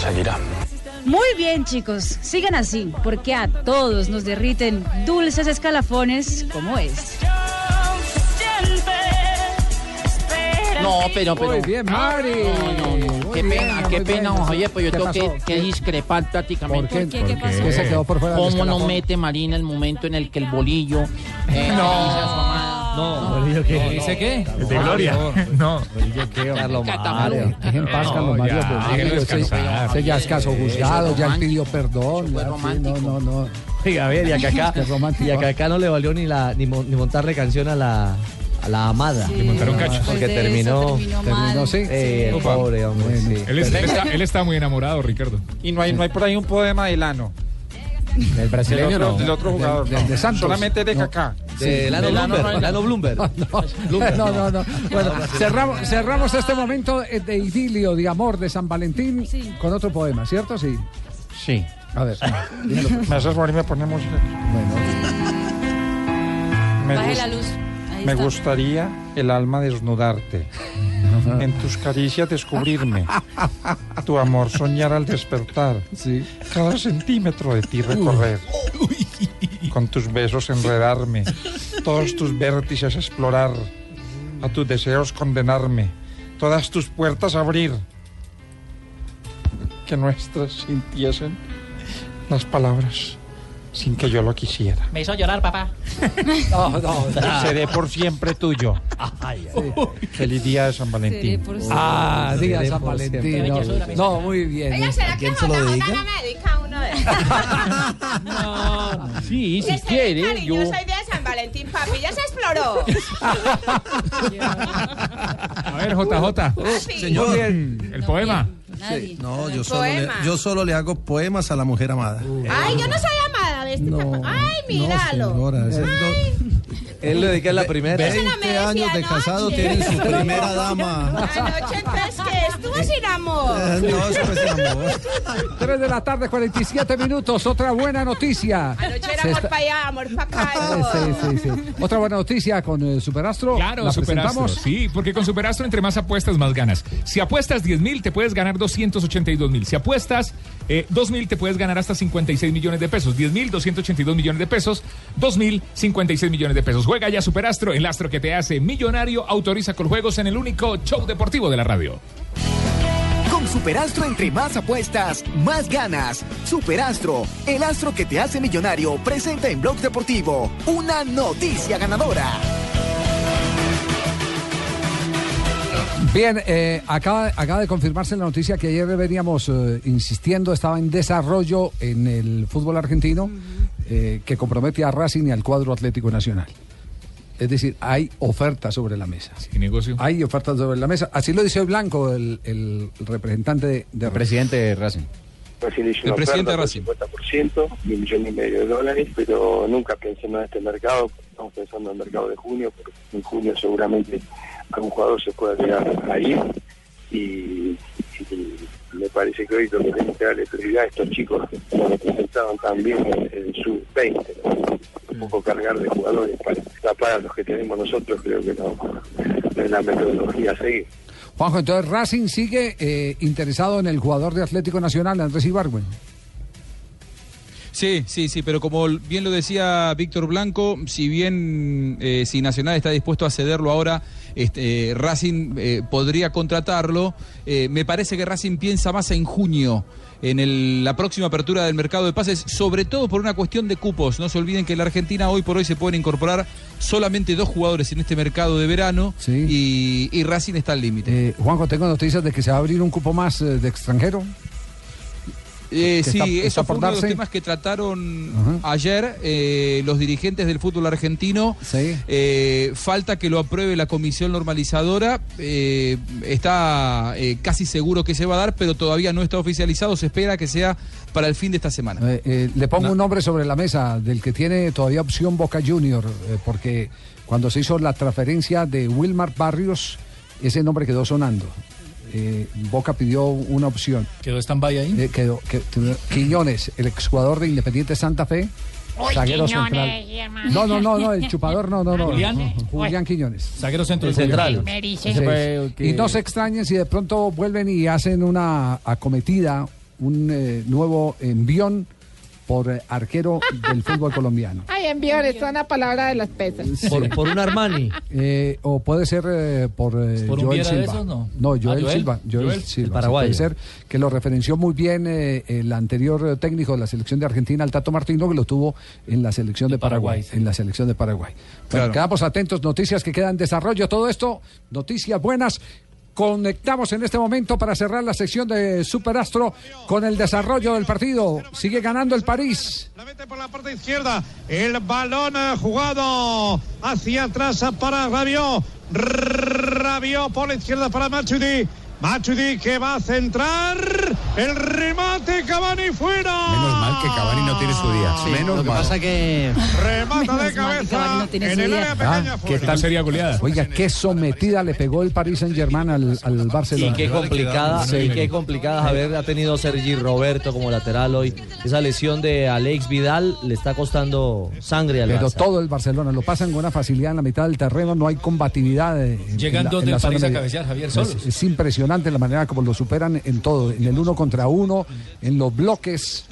Speaker 16: Shakira.
Speaker 8: Muy bien, chicos. Sigan así, porque a todos nos derriten dulces escalafones como este. es.
Speaker 3: No, pero, pero.
Speaker 6: Muy bien, Mari.
Speaker 3: No, no, no. Qué pena, qué pena. Oye, pues yo
Speaker 6: ¿Qué
Speaker 3: tengo que,
Speaker 6: pasó?
Speaker 3: que discrepar prácticamente.
Speaker 6: ¿Por qué? ¿Por qué? ¿Qué pasó? ¿Qué se quedó por fuera del
Speaker 3: ¿Cómo no
Speaker 6: escalafón?
Speaker 3: mete Marina el momento en el que el bolillo. eh,
Speaker 4: No, ¿bolillo qué?
Speaker 3: ¿Dice
Speaker 4: qué?
Speaker 3: El de Gloria.
Speaker 4: No.
Speaker 6: Carlos
Speaker 21: Ah,
Speaker 4: Mario.
Speaker 6: Deje en paz, Carlos Mario.
Speaker 4: ya,
Speaker 6: pues,
Speaker 4: déjelo
Speaker 6: amigo, ese-
Speaker 7: Ah,
Speaker 4: descansar.
Speaker 6: ese ya es caso juzgado, ya él pidió perdón. ya, sí, no, no, no.
Speaker 4: Oiga, a ver, y a Cacá,
Speaker 6: Qué romántico.
Speaker 4: y a Cacá no le valió ni, la, ni, mo- ni montarle canción a la, a la amada.
Speaker 12: Le montaron cacho.
Speaker 4: Porque
Speaker 12: Después de
Speaker 4: terminó.
Speaker 12: eso terminó mal.
Speaker 4: sí. Eh,
Speaker 12: Ufa.
Speaker 4: pobre hombre, sí.
Speaker 12: Él, es- él está, él está muy enamorado, Ricardo.
Speaker 7: Y no hay, no hay por ahí un poema de Lano.
Speaker 3: Del brasileño
Speaker 7: Del otro-
Speaker 3: no.
Speaker 7: del otro jugador, no. Solamente de Kaká.
Speaker 3: De Lalo Bloomberg, Lalo Bloomberg.
Speaker 7: Bloomberg,
Speaker 6: No,
Speaker 7: no.
Speaker 6: no, no. Bueno,
Speaker 7: Ahora sí.
Speaker 6: cerramos, cerramos este momento eh, de idilio, de amor, de San Valentín con otro poema, ¿cierto? Sí.
Speaker 7: Sí.
Speaker 6: A ver.
Speaker 7: Me haces morir, me pone música. Me
Speaker 8: Baje
Speaker 7: gusta-
Speaker 8: la luz. Ahí
Speaker 7: Me
Speaker 8: está.
Speaker 7: gustaría el alma desnudarte, en tus caricias descubrirme, tu amor soñar al despertar, cada centímetro de ti recorrer, con tus besos enredarme, todos tus vértices explorar, a tus deseos condenarme, todas tus puertas abrir, que nuestras sintiesen las palabras sin que yo lo quisiera.
Speaker 18: Me hizo llorar, papá. Ah.
Speaker 7: No, no, Seré por siempre tuyo. Feliz día de San
Speaker 18: Seré
Speaker 7: Valentín.
Speaker 18: por
Speaker 6: Ah,
Speaker 7: sí,
Speaker 6: día de San Valentín. no. No, muy bien.
Speaker 14: Oiga, ¿será que J.J. no me dedica uno de
Speaker 7: Sí,
Speaker 14: ¿eh? Yo soy cariñosa y de San Valentín, papi. Ya se exploró.
Speaker 12: A ver, JJ.
Speaker 29: Señor.
Speaker 12: El poema.
Speaker 14: Nadie.
Speaker 29: No, yo
Speaker 14: El
Speaker 29: solo, le,
Speaker 14: poema.
Speaker 29: yo solo le hago poemas a la mujer amada.
Speaker 14: Ay, yo no soy amada. ¿ves? Ay, míralo.
Speaker 29: Señora, ese
Speaker 14: Ay,
Speaker 29: Él le dedica la primera.
Speaker 14: Esa no me
Speaker 29: 20
Speaker 14: decía
Speaker 29: años de
Speaker 14: anoche.
Speaker 29: casado tienen su primera dama.
Speaker 14: Anoche entonces que estuvo sin amor.
Speaker 29: Eh, no, eso fue sin
Speaker 7: pues,
Speaker 14: amor.
Speaker 6: 3 de la tarde, 47 minutos. Otra buena noticia.
Speaker 14: Anoche era
Speaker 6: Se
Speaker 14: amor
Speaker 6: está-
Speaker 14: para allá, amor para acá.
Speaker 29: Ah,
Speaker 6: Eh, sí, sí, sí. Otra buena noticia con eh, Superastro.
Speaker 12: Claro,
Speaker 6: la
Speaker 12: Superastro.
Speaker 6: presentamos.
Speaker 12: Sí, porque con Superastro entre más apuestas, más ganas. Si apuestas 10 mil, te puedes ganar 282 mil. Si apuestas eh, 2 mil, te puedes ganar hasta 56 millones de pesos. 10 mil, 282 millones de pesos. 2 mil, 56 millones de pesos. Juega ya Superastro, el astro que te hace millonario. Autoriza con juegos en el único show deportivo de la radio.
Speaker 10: Con Superastro entre más apuestas, más ganas. Superastro, el astro que te hace millonario, presenta en Blog Deportivo una noticia ganadora.
Speaker 6: Bien, eh, acaba, acaba de confirmarse la noticia que ayer veníamos eh, insistiendo, estaba en desarrollo en el fútbol argentino, eh, que compromete a Racing y al cuadro Atlético Nacional. Es decir, hay ofertas sobre la mesa.
Speaker 12: negocio?
Speaker 6: Hay ofertas sobre la mesa. Así lo dice hoy Blanco, el, el representante de, El presidente de Racing.
Speaker 29: Recién hice
Speaker 6: El
Speaker 29: una
Speaker 6: presidente
Speaker 29: oferta
Speaker 6: de
Speaker 29: del 50%, de un millón y medio de dólares, pero nunca pensemos en este mercado, porque estamos pensando en el mercado de junio, porque en junio seguramente algún jugador se pueda llegar a ir y, y me parece que hoy lo que tenemos que darle prioridad a estos chicos que lo representaban también en, el sub 20, un poco cargar de jugadores para tapar a los que tenemos nosotros, creo que no, no es la metodología a seguir.
Speaker 6: Juanjo, entonces Racing sigue eh, interesado en el jugador de Atlético Nacional, Andrés Ibargüen.
Speaker 10: Sí, sí, sí, pero como bien lo decía Víctor Blanco, si bien eh, si Nacional está dispuesto a cederlo ahora, este, eh, Racing eh, podría contratarlo, eh, me parece que Racing piensa más en junio, en el- la próxima apertura del mercado de pases, sobre todo por una cuestión de cupos. No se olviden que en la Argentina hoy por hoy se pueden incorporar solamente dos jugadores en este mercado de verano y, y Racing está al límite.
Speaker 6: Eh, Juanjo, tengo noticias de que se va a abrir un cupo más eh, de extranjero.
Speaker 10: Eh,
Speaker 6: que
Speaker 10: sí,
Speaker 6: está-
Speaker 10: eso
Speaker 6: está
Speaker 10: fue
Speaker 6: por
Speaker 10: uno de los
Speaker 6: darse.
Speaker 10: temas que trataron ayer eh, los dirigentes del fútbol argentino.
Speaker 6: Sí.
Speaker 10: Eh, falta que lo apruebe la comisión normalizadora. Eh, está eh, casi seguro que se va a dar, pero todavía no está oficializado. Se espera que sea para el fin de esta semana.
Speaker 6: Eh, eh, le pongo un nombre sobre la mesa del que tiene todavía opción Boca Junior, eh, porque cuando se hizo la transferencia de Wilmar Barrios, ese nombre quedó sonando. Eh, Boca pidió una opción.
Speaker 2: ¿Quedó stand-by ahí?
Speaker 6: Eh, quedó, que- que- Quiñones, el exjugador de Independiente Santa Fe, zaguero central. No, no, no, no, el chupador no, no, no.
Speaker 2: Julián.
Speaker 6: Julián Quiñones.
Speaker 2: Zaguero centro
Speaker 6: El central.
Speaker 2: Me
Speaker 6: Sí. Y no se extrañen si de pronto vuelven y hacen una acometida, un eh, nuevo envión por eh, arquero del fútbol colombiano.
Speaker 9: Ay, envión, está en la palabra de las pesas.
Speaker 6: Sí. Eh, o puede ser eh, por, eh,
Speaker 9: ¿Por un
Speaker 6: Joel
Speaker 9: Viera de
Speaker 6: Silva.
Speaker 9: esos, no?
Speaker 6: Joel,
Speaker 9: Ah, Joel.
Speaker 6: Silva. Joel, Silva,
Speaker 9: Joel. El
Speaker 6: sí,
Speaker 9: paraguayo.
Speaker 6: puede ser que lo referenció muy bien eh, el anterior eh, técnico de la selección de Argentina, el Tato Martino, que lo tuvo en la selección de Paraguay. En la selección de Paraguay. Bueno, quedamos atentos, noticias que quedan en desarrollo, todo esto, noticias buenas. Conectamos en este momento para cerrar la sección de Superastro con el desarrollo del partido. Sigue ganando el París.
Speaker 21: parte izquierda. El balón eh, jugado hacia atrás para Rabiot. Rabiot por la izquierda para Machudi. Machudi que va a centrar. El remate Cavani fuera.
Speaker 7: mal que Cavani no tiene su día. Menos
Speaker 30: Lo que
Speaker 7: mal.
Speaker 30: pasa que.
Speaker 7: Remata de cabeza en el área pequeña.
Speaker 6: ¿Qué
Speaker 7: fuera.
Speaker 6: sería goleada? Oiga, qué sometida le pegó el Paris Saint Germain al, al Barcelona.
Speaker 4: Y qué complicada,
Speaker 6: Sí.
Speaker 4: y qué complicada Javier ha tenido Sergi Roberto como lateral hoy. Esa lesión de Alex Vidal le está costando sangre al
Speaker 6: Pero
Speaker 4: Barça.
Speaker 6: todo el Barcelona lo pasan con una facilidad en la mitad del terreno, no hay combatividad. eh, en
Speaker 31: Llegan
Speaker 6: la-
Speaker 31: dos
Speaker 6: en
Speaker 31: del
Speaker 6: la zona
Speaker 31: París a
Speaker 6: media.
Speaker 31: cabecear, Javier,
Speaker 6: Es-
Speaker 31: solos.
Speaker 6: Es, impresionante la manera como lo superan en todo, en el uno contra uno, en los bloques,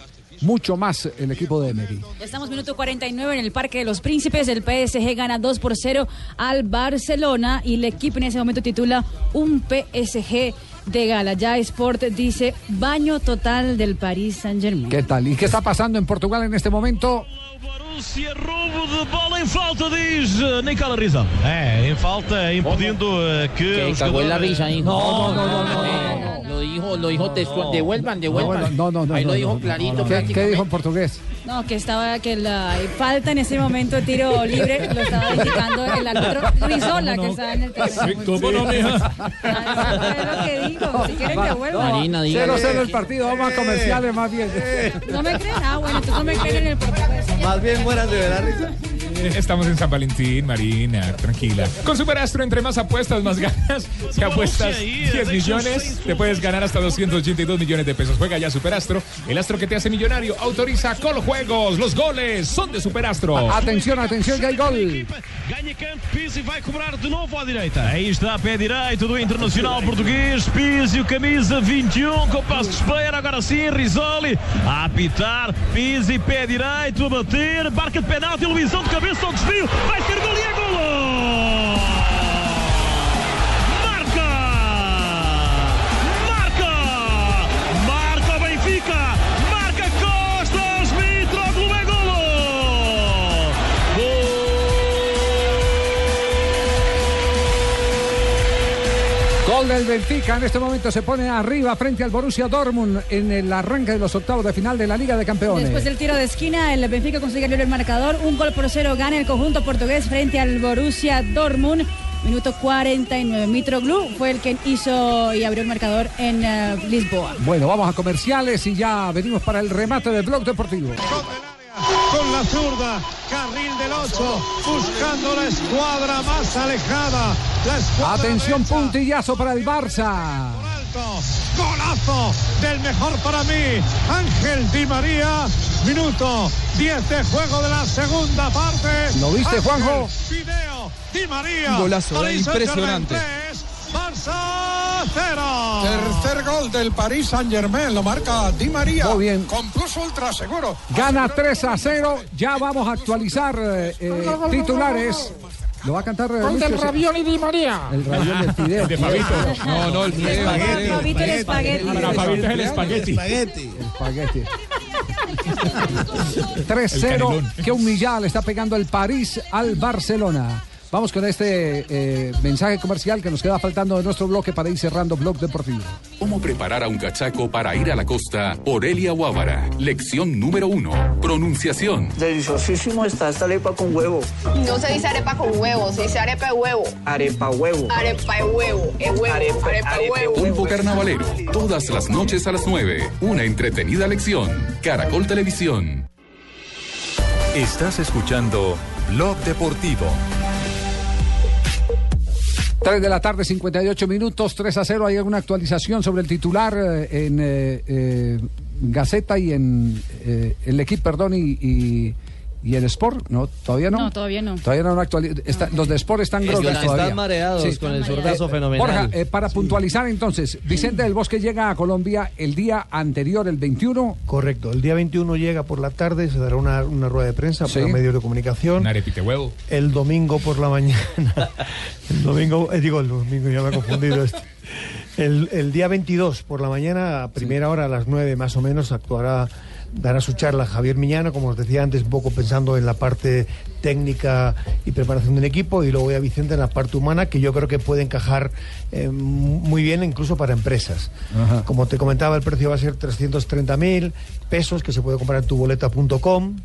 Speaker 6: mucho más el equipo de Emery.
Speaker 8: Ya Estamos minuto 49 en el Parque de los Príncipes. El PSG gana 2 por 0 al Barcelona y el equipo en ese momento titula Un PSG de gala. Ya Sport dice baño total del Paris Saint-Germain.
Speaker 6: ¿Qué tal? ¿Y qué está pasando en Portugal en este momento?
Speaker 23: Borussia, roubo de bola em falta, diz eh, Nicola Rizal. É, em falta, impedindo eh, que.
Speaker 3: Se
Speaker 23: os
Speaker 3: cagó en la
Speaker 23: jogadores-
Speaker 3: risa, hijo. No, no, no, no. Lo dijo, lo dijo textual. Devuelvan, devuelvan.
Speaker 6: No, no, no.
Speaker 3: Ahí
Speaker 6: no,
Speaker 3: lo
Speaker 6: no,
Speaker 3: dijo
Speaker 6: no,
Speaker 3: clarito.
Speaker 6: no, no. ¿Qué, qué dijo en portugués?
Speaker 8: No, que estaba, que la falta en ese momento de tiro libre lo estaba indicando el árbitro Rizola que estaba en el terreno.
Speaker 6: ¿Cómo no, mija?
Speaker 8: Lo que digo, si quieren que vuelva.
Speaker 3: Marina, diga.
Speaker 6: 0-0
Speaker 4: eh,
Speaker 6: el partido, vamos a comerciales más bien.
Speaker 8: No me creen, ah, bueno, entonces no me creen en el
Speaker 4: Más bien mueran de la risa.
Speaker 12: Estamos en San Valentín, Marina, tranquila. Con Superastro, entre más apuestas, más ganas. Si apuestas 10 millones, te puedes ganar hasta 282 millones de pesos. Juega ya Superastro, el astro que te hace millonario. Autoriza Coljuegos. Los goles son de Superastro.
Speaker 6: Atención, atención, que hay gol.
Speaker 23: Pizzi vai cobrar de novo à direita. Aí está pé direito do Internacional Português. Pizzi, o camisa 21, com o passo de espera. Agora sim, Risoli a apitar. Pizzi, pé direito a bater. Barca de penalti, Luizão de cabeça ao desvio. Vai ser gol e é golo! Marca! Marca! Marca o Benfica! Marca Costas! Mitroglou é golo!
Speaker 6: Gol del Benfica, en este momento se pone arriba frente al Borussia Dortmund en el arranque de los octavos de final de la Liga de Campeones.
Speaker 8: Después del tiro de esquina, el Benfica consigue abrir el marcador. Un gol por cero gana el conjunto portugués frente al Borussia Dortmund. Minuto 49. Mitroglou fue el que hizo y abrió el marcador en eh, Lisboa.
Speaker 6: Bueno, vamos a comerciales y ya venimos para el remate del blog deportivo.
Speaker 21: con la zurda, carril del 8, buscando la escuadra más alejada, la escuadra
Speaker 6: Atención, puntillazo para el Barça.
Speaker 21: alto, golazo del mejor para mí, Ángel Di María, minuto 10 de juego de la segunda parte.
Speaker 6: ¿Lo viste,
Speaker 21: Ángel
Speaker 6: Juanjo?
Speaker 21: Fideo Di María.
Speaker 11: Un golazo,
Speaker 21: Paris
Speaker 11: eh,
Speaker 21: Saint-Germain
Speaker 11: impresionante.
Speaker 21: tres, Barça 0.
Speaker 7: Tercer gol del Paris Saint Germain, lo marca Di María.
Speaker 6: Muy bien.
Speaker 7: Compuso ultra seguro.
Speaker 6: Gana 3 a 0. Ya vamos a actualizar eh, eh, titulares. Lo va a cantar eh,
Speaker 3: Gol del
Speaker 6: Lucho, sí.
Speaker 3: Ravioli Di María.
Speaker 6: El raviol del fideo.
Speaker 3: de Fabito.
Speaker 11: No, no, el fideo.
Speaker 8: Fabito el espagueti.
Speaker 12: Para Fabito es el espagueti.
Speaker 6: Espagueti. 3-0. Qué humillada le está pegando el París al Barcelona. Vamos con este eh, mensaje comercial que nos queda faltando de nuestro bloque para ir cerrando Blog Deportivo.
Speaker 2: ¿Cómo preparar a un cachaco para ir a la costa? Por Elia Guávara. Lección número uno. Pronunciación.
Speaker 1: Deliciosísimo está esta arepa con huevo.
Speaker 14: No se dice arepa con huevo, se dice arepa de huevo.
Speaker 1: Arepa huevo.
Speaker 14: Arepa de huevo, es huevo, arepa, de huevo.
Speaker 2: Pulpo Carnavalero. Todas las noches a las 9. Una entretenida lección. Caracol Televisión.
Speaker 7: Estás escuchando Blog Deportivo.
Speaker 6: 3 de la tarde, 58 minutos, 3 a 0. ¿Hay alguna actualización sobre el titular eh, en eh, eh, Gaceta y en eh, el equipo, perdón, y, y- y el Sport? No, todavía no.
Speaker 8: No, todavía no.
Speaker 6: Todavía no han actualizado. Está- los de Sport están
Speaker 4: Ellos
Speaker 6: grosos
Speaker 4: están
Speaker 6: todavía.
Speaker 4: mareados con el zurdazo
Speaker 6: Eh,
Speaker 4: fenomenal.
Speaker 6: Borja, eh, para puntualizar entonces, Vicente del Bosque llega a Colombia el día anterior, el 21.
Speaker 24: Correcto, el día 21 llega por la tarde, se dará una, una rueda de prensa
Speaker 6: Sí.
Speaker 24: para medios de comunicación. El domingo por la mañana. El domingo, eh, digo el domingo, ya me he confundido esto. El, el día 22 por la mañana, a primera hora, a las 9 más o menos, actuará, dará su charla Javier Miñano, como os decía antes, un poco pensando en la parte técnica y preparación del equipo, y luego ya Vicente en la parte humana, que yo creo que puede encajar eh, muy bien incluso para empresas.
Speaker 6: Ah.
Speaker 24: Como te comentaba, el precio va a ser 330.000 pesos, que se puede comprar en tuboleta.com,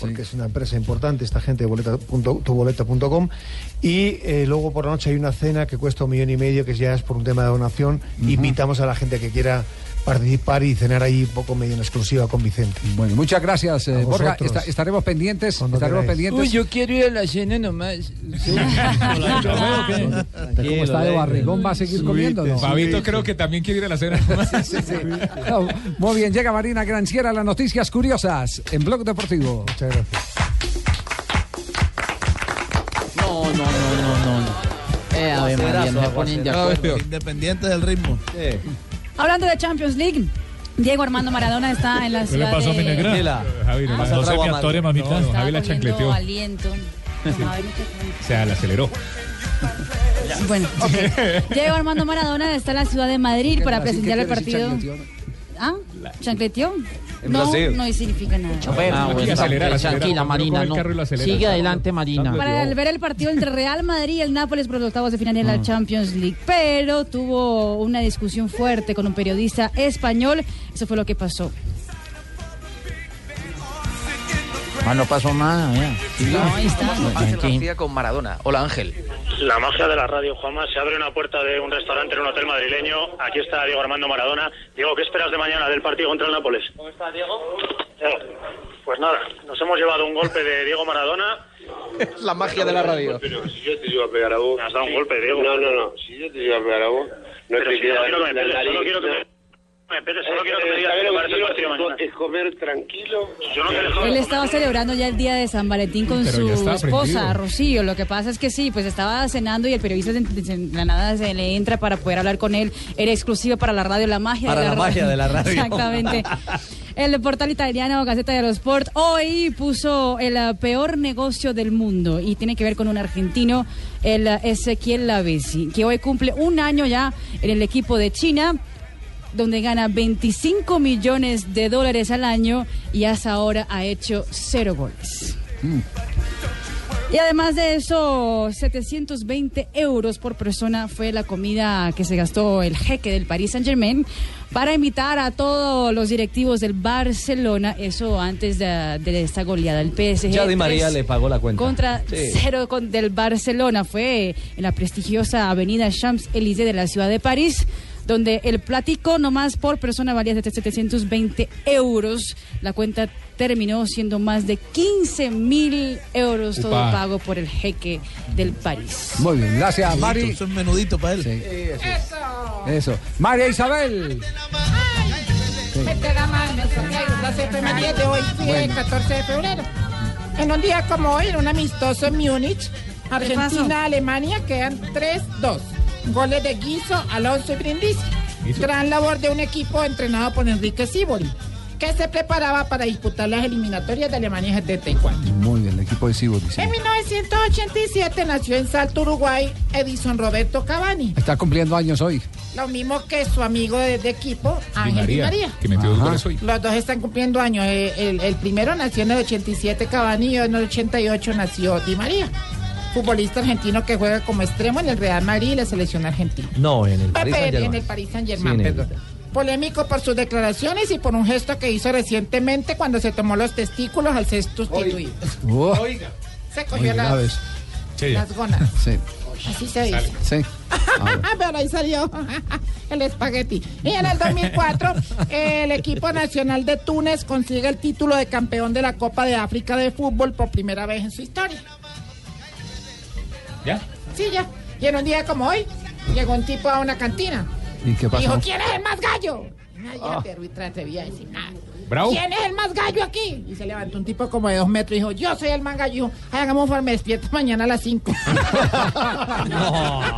Speaker 24: porque es una empresa importante esta gente de boleta punto- tuboleta.com. Y eh, luego por la noche hay una cena que cuesta un millón y medio, que ya es por un tema de donación.
Speaker 6: Ujú.
Speaker 24: Invitamos a la gente que quiera
Speaker 27: participar y cenar ahí un poco medio en exclusiva con Vicente.
Speaker 6: Bueno, muchas gracias, eh, Borja. Esta- estaremos pendientes. Estaremos pendientes.
Speaker 16: Uy, yo quiero ir a la cena nomás.
Speaker 6: ¿Usted Ah, ¿Cómo está de barrigón? ¿Va a seguir comiendo? no?
Speaker 12: Fabito creo que también quiere ir a la cena.
Speaker 6: No, Muy bien, llega Marina Granciera a las noticias curiosas en Blog Deportivo. Muchas gracias.
Speaker 16: No, no, no, no, no. no. Eh, a ver, María, no se ponen de acuerdo.
Speaker 25: Independiente del ritmo.
Speaker 8: Hablando de Champions League, Diego Armando Maradona está en la
Speaker 25: ¿Qué le
Speaker 8: ciudad
Speaker 25: pasó a
Speaker 8: de...
Speaker 25: Minegrán?
Speaker 12: Mira, Javi,
Speaker 8: Ah,
Speaker 12: no,
Speaker 8: pasa
Speaker 12: no se
Speaker 8: trago
Speaker 12: piantore,
Speaker 8: amargo.
Speaker 12: mamita.
Speaker 8: Estaba
Speaker 12: Javi la
Speaker 8: cogiendo
Speaker 12: chancleteó.
Speaker 8: aliento. Tomaba mucho-
Speaker 12: O sea, la aceleró.
Speaker 8: Bueno, Diego Armando Maradona está en la ciudad de Madrid para
Speaker 6: Brasil,
Speaker 8: presenciar
Speaker 6: ¿qué
Speaker 8: el
Speaker 6: quiere decir
Speaker 8: partido. ¿Ah? ¿Chancleteó?
Speaker 16: En
Speaker 8: No,
Speaker 16: Brasil.
Speaker 8: no significa nada.
Speaker 16: Ah, bueno,
Speaker 12: Aquí acelerar,
Speaker 16: tranquila,
Speaker 12: acelerar.
Speaker 16: tranquila,
Speaker 12: Cuando
Speaker 16: Marina,
Speaker 12: coge el
Speaker 16: no.
Speaker 12: carro y lo acelera.
Speaker 16: Sigue
Speaker 12: Está-
Speaker 16: adelante, Marina.
Speaker 8: Para ver el partido entre Real Madrid y el Nápoles por los octavos de final de
Speaker 18: Ah.
Speaker 8: la Champions League. Pero tuvo una discusión fuerte con un periodista español. Eso fue lo que pasó.
Speaker 16: Ah, no pasó nada, ya.
Speaker 18: No, ahí está.
Speaker 16: Ángel
Speaker 18: García con Maradona. Hola Ángel.
Speaker 13: La magia de la radio, Juanma. Se abre una puerta de un restaurante en un hotel madrileño. Aquí está Diego Armando Maradona. Diego, ¿qué esperas de mañana del partido contra el Nápoles?
Speaker 18: ¿Cómo está Diego?
Speaker 13: Pues nada, nos hemos llevado un golpe de Diego Maradona.
Speaker 18: Es la magia de la radio.
Speaker 13: Pero si yo te iba a pegar a vos... Me has dado un golpe, Diego.
Speaker 18: No, no,
Speaker 13: no.
Speaker 18: Si yo te iba a pegar a vos,
Speaker 13: no Pero te si yo no quiero que me pegues, solo quiero que me- me pegues, solo quiero que me digas qué te parece el partido mañana.
Speaker 18: Es comer tranquilo.
Speaker 13: Yo no te dejo-
Speaker 8: Él estaba celebrando ya el día de San Valentín con
Speaker 18: Pero
Speaker 8: su
Speaker 18: ya
Speaker 8: esposa,
Speaker 18: está prendido.
Speaker 8: Rocío. Lo que pasa es que sí, pues estaba cenando y el periodista de, de- de la nada se le entra para poder hablar con él. Era exclusiva para la radio La Magia
Speaker 25: Para
Speaker 8: de la,
Speaker 25: la magia de la radio.
Speaker 8: Exactamente. El portal italiano Gaceta de los Sport hoy puso el eh, peor negocio del mundo y tiene que ver con un argentino, el eh, Ezequiel Lavesi, que hoy cumple un año ya en el equipo de China donde gana 25 millones de dólares al año y hasta ahora ha hecho cero goles. Y además de eso, 720 euros por persona fue la comida que se gastó el jeque del Paris Saint Germain para invitar a todos los directivos del Barcelona, eso antes de, de esta goleada del PSG.
Speaker 4: Ya Di María
Speaker 8: tres
Speaker 4: le pagó la cuenta.
Speaker 8: Contra
Speaker 4: Sí.
Speaker 8: cero con- del Barcelona. Fue en la prestigiosa avenida Champs-Élysées de la ciudad de París, donde el platico nomás por persona valía de 720 euros. La cuenta terminó siendo más de 15 mil euros todo
Speaker 6: Upa.
Speaker 8: pago por el jeque del París.
Speaker 6: Muy bien, gracias, Mari.
Speaker 25: Es un menudito para él.
Speaker 6: Eso. María Isabel.
Speaker 9: Mete la mano, Santiago, la CPM10 de hoy, sí,
Speaker 6: Bueno.
Speaker 9: 14 de febrero. En un día como hoy, en un amistoso en Múnich,
Speaker 8: pasó?
Speaker 9: Argentina-Alemania quedan 3-2. Goles de Guiso, Alonso y Brindisi. Gran labor de un equipo entrenado por Enrique Sibori, que se preparaba para disputar las eliminatorias de Alemania 74.
Speaker 6: Muy bien, el equipo de Cibor.
Speaker 9: En 1987 nació en Salto, Uruguay, Edison Roberto Cavani,
Speaker 6: Está cumpliendo años hoy.
Speaker 9: lo mismo que su amigo de, de equipo, Ángel Di
Speaker 6: María,
Speaker 9: María.
Speaker 6: que metió dos Ajá. goles hoy.
Speaker 9: Los dos están cumpliendo años. Eh, El, el primero nació en el 87, Cavani, y en el 88 nació Di María. Futbolista argentino que juega como extremo en el Real Madrid y la selección argentina.
Speaker 4: No, en el Paris
Speaker 9: Pepe, en el
Speaker 4: Saint-Germain.
Speaker 9: Paris Saint
Speaker 4: Sí, en
Speaker 9: Germain,
Speaker 4: el-
Speaker 9: perdón. Polémico por sus declaraciones y por un gesto que hizo recientemente cuando se tomó los testículos al ser sustituido.
Speaker 6: Oiga.
Speaker 9: Se cogió las,
Speaker 6: Sí.
Speaker 9: las gonas.
Speaker 6: Sí.
Speaker 9: Así se dice.
Speaker 6: Sí. Ah.
Speaker 9: Pero ahí salió el espagueti. Y en el 2004, el equipo nacional de Túnez consigue el título de campeón de la Copa de África de fútbol por primera vez en su historia.
Speaker 12: ¿Ya?
Speaker 9: Sí, ya. Y en un día como hoy, llegó un tipo a una cantina.
Speaker 6: ¿Y qué
Speaker 9: y dijo,
Speaker 6: pasó? Ah.
Speaker 9: ¿quién es el más gallo? Ay, ya te arruí- te atreví a decir nada.
Speaker 6: Bravo.
Speaker 9: ¿Quién es el más gallo aquí? Y se levantó un tipo como de dos metros y dijo, yo soy el más gallo. Y dijo, "Ay, hagamos un favor, me despierto mañana a las 5.
Speaker 6: Oh.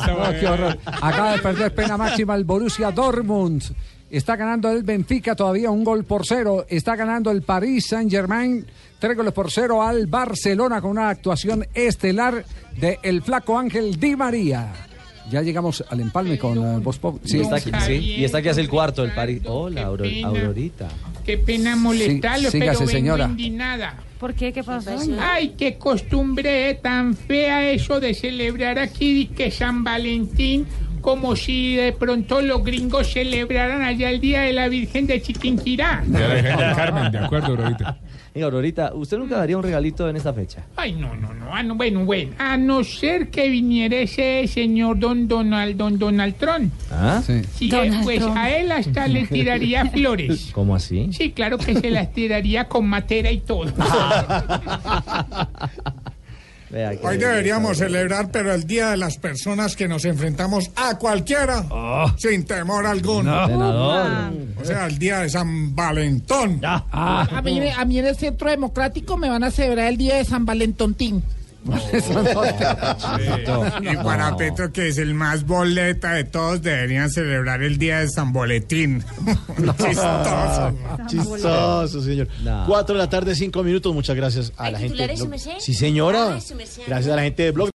Speaker 6: No, qué horror. Acaba de perder pena máxima el Borussia Dortmund. Está ganando el Benfica todavía un gol por cero. Está ganando el París Saint Germain tres goles por cero al Barcelona con una actuación estelar de el flaco Ángel Di María. Ya llegamos al empalme con eh, Voz Pop.
Speaker 4: Sí, está aquí, sí, y está aquí hace el cuarto del París. Hola, Auro- Aurorita.
Speaker 9: Qué pena
Speaker 4: molestarlo, Sí, sígase, pero vengo señora.
Speaker 9: indignada.
Speaker 8: ¿Por qué? ¿Qué pasó?
Speaker 9: Ay, qué costumbre eh, tan fea eso de celebrar aquí que San Valentín
Speaker 17: como si de pronto los gringos celebraran allá el Día de la Virgen de Chiquinquirá.
Speaker 12: Carmen, de acuerdo, Aurorita.
Speaker 4: Mira, Aurorita, ¿usted nunca daría un regalito en esta fecha?
Speaker 17: Ay, no, no, no, ah, no, bueno, bueno. A no ser que viniera ese señor Don Donald, Don Donald Trump.
Speaker 4: ¿Ah? Sí.
Speaker 17: Sí, eh, pues a él hasta le tiraría flores.
Speaker 4: ¿Cómo así?
Speaker 17: Sí, claro que se las tiraría con matera y todo.
Speaker 4: Ah. Vea que-
Speaker 7: Hoy deberíamos celebrar, pero el día de las personas que nos enfrentamos a cualquiera, sin temor alguno.
Speaker 4: No. Senador.
Speaker 7: O sea, el día de San Valentón.
Speaker 9: A mí, Ah, a mí en el Centro Democrático me van a celebrar el día de San Valentontín.
Speaker 7: Y para Petro, que es el más boleta de todos, deberían celebrar el día de San Boletín. Chistoso.
Speaker 15: Chistoso, señor. Cuatro de la tarde, cinco minutos. Muchas gracias a la gente.
Speaker 27: titulares,
Speaker 15: del
Speaker 27: su
Speaker 15: blog.
Speaker 27: merced?
Speaker 15: Sí, señora.
Speaker 27: Ah, su merced.
Speaker 15: Gracias a la gente de Blog.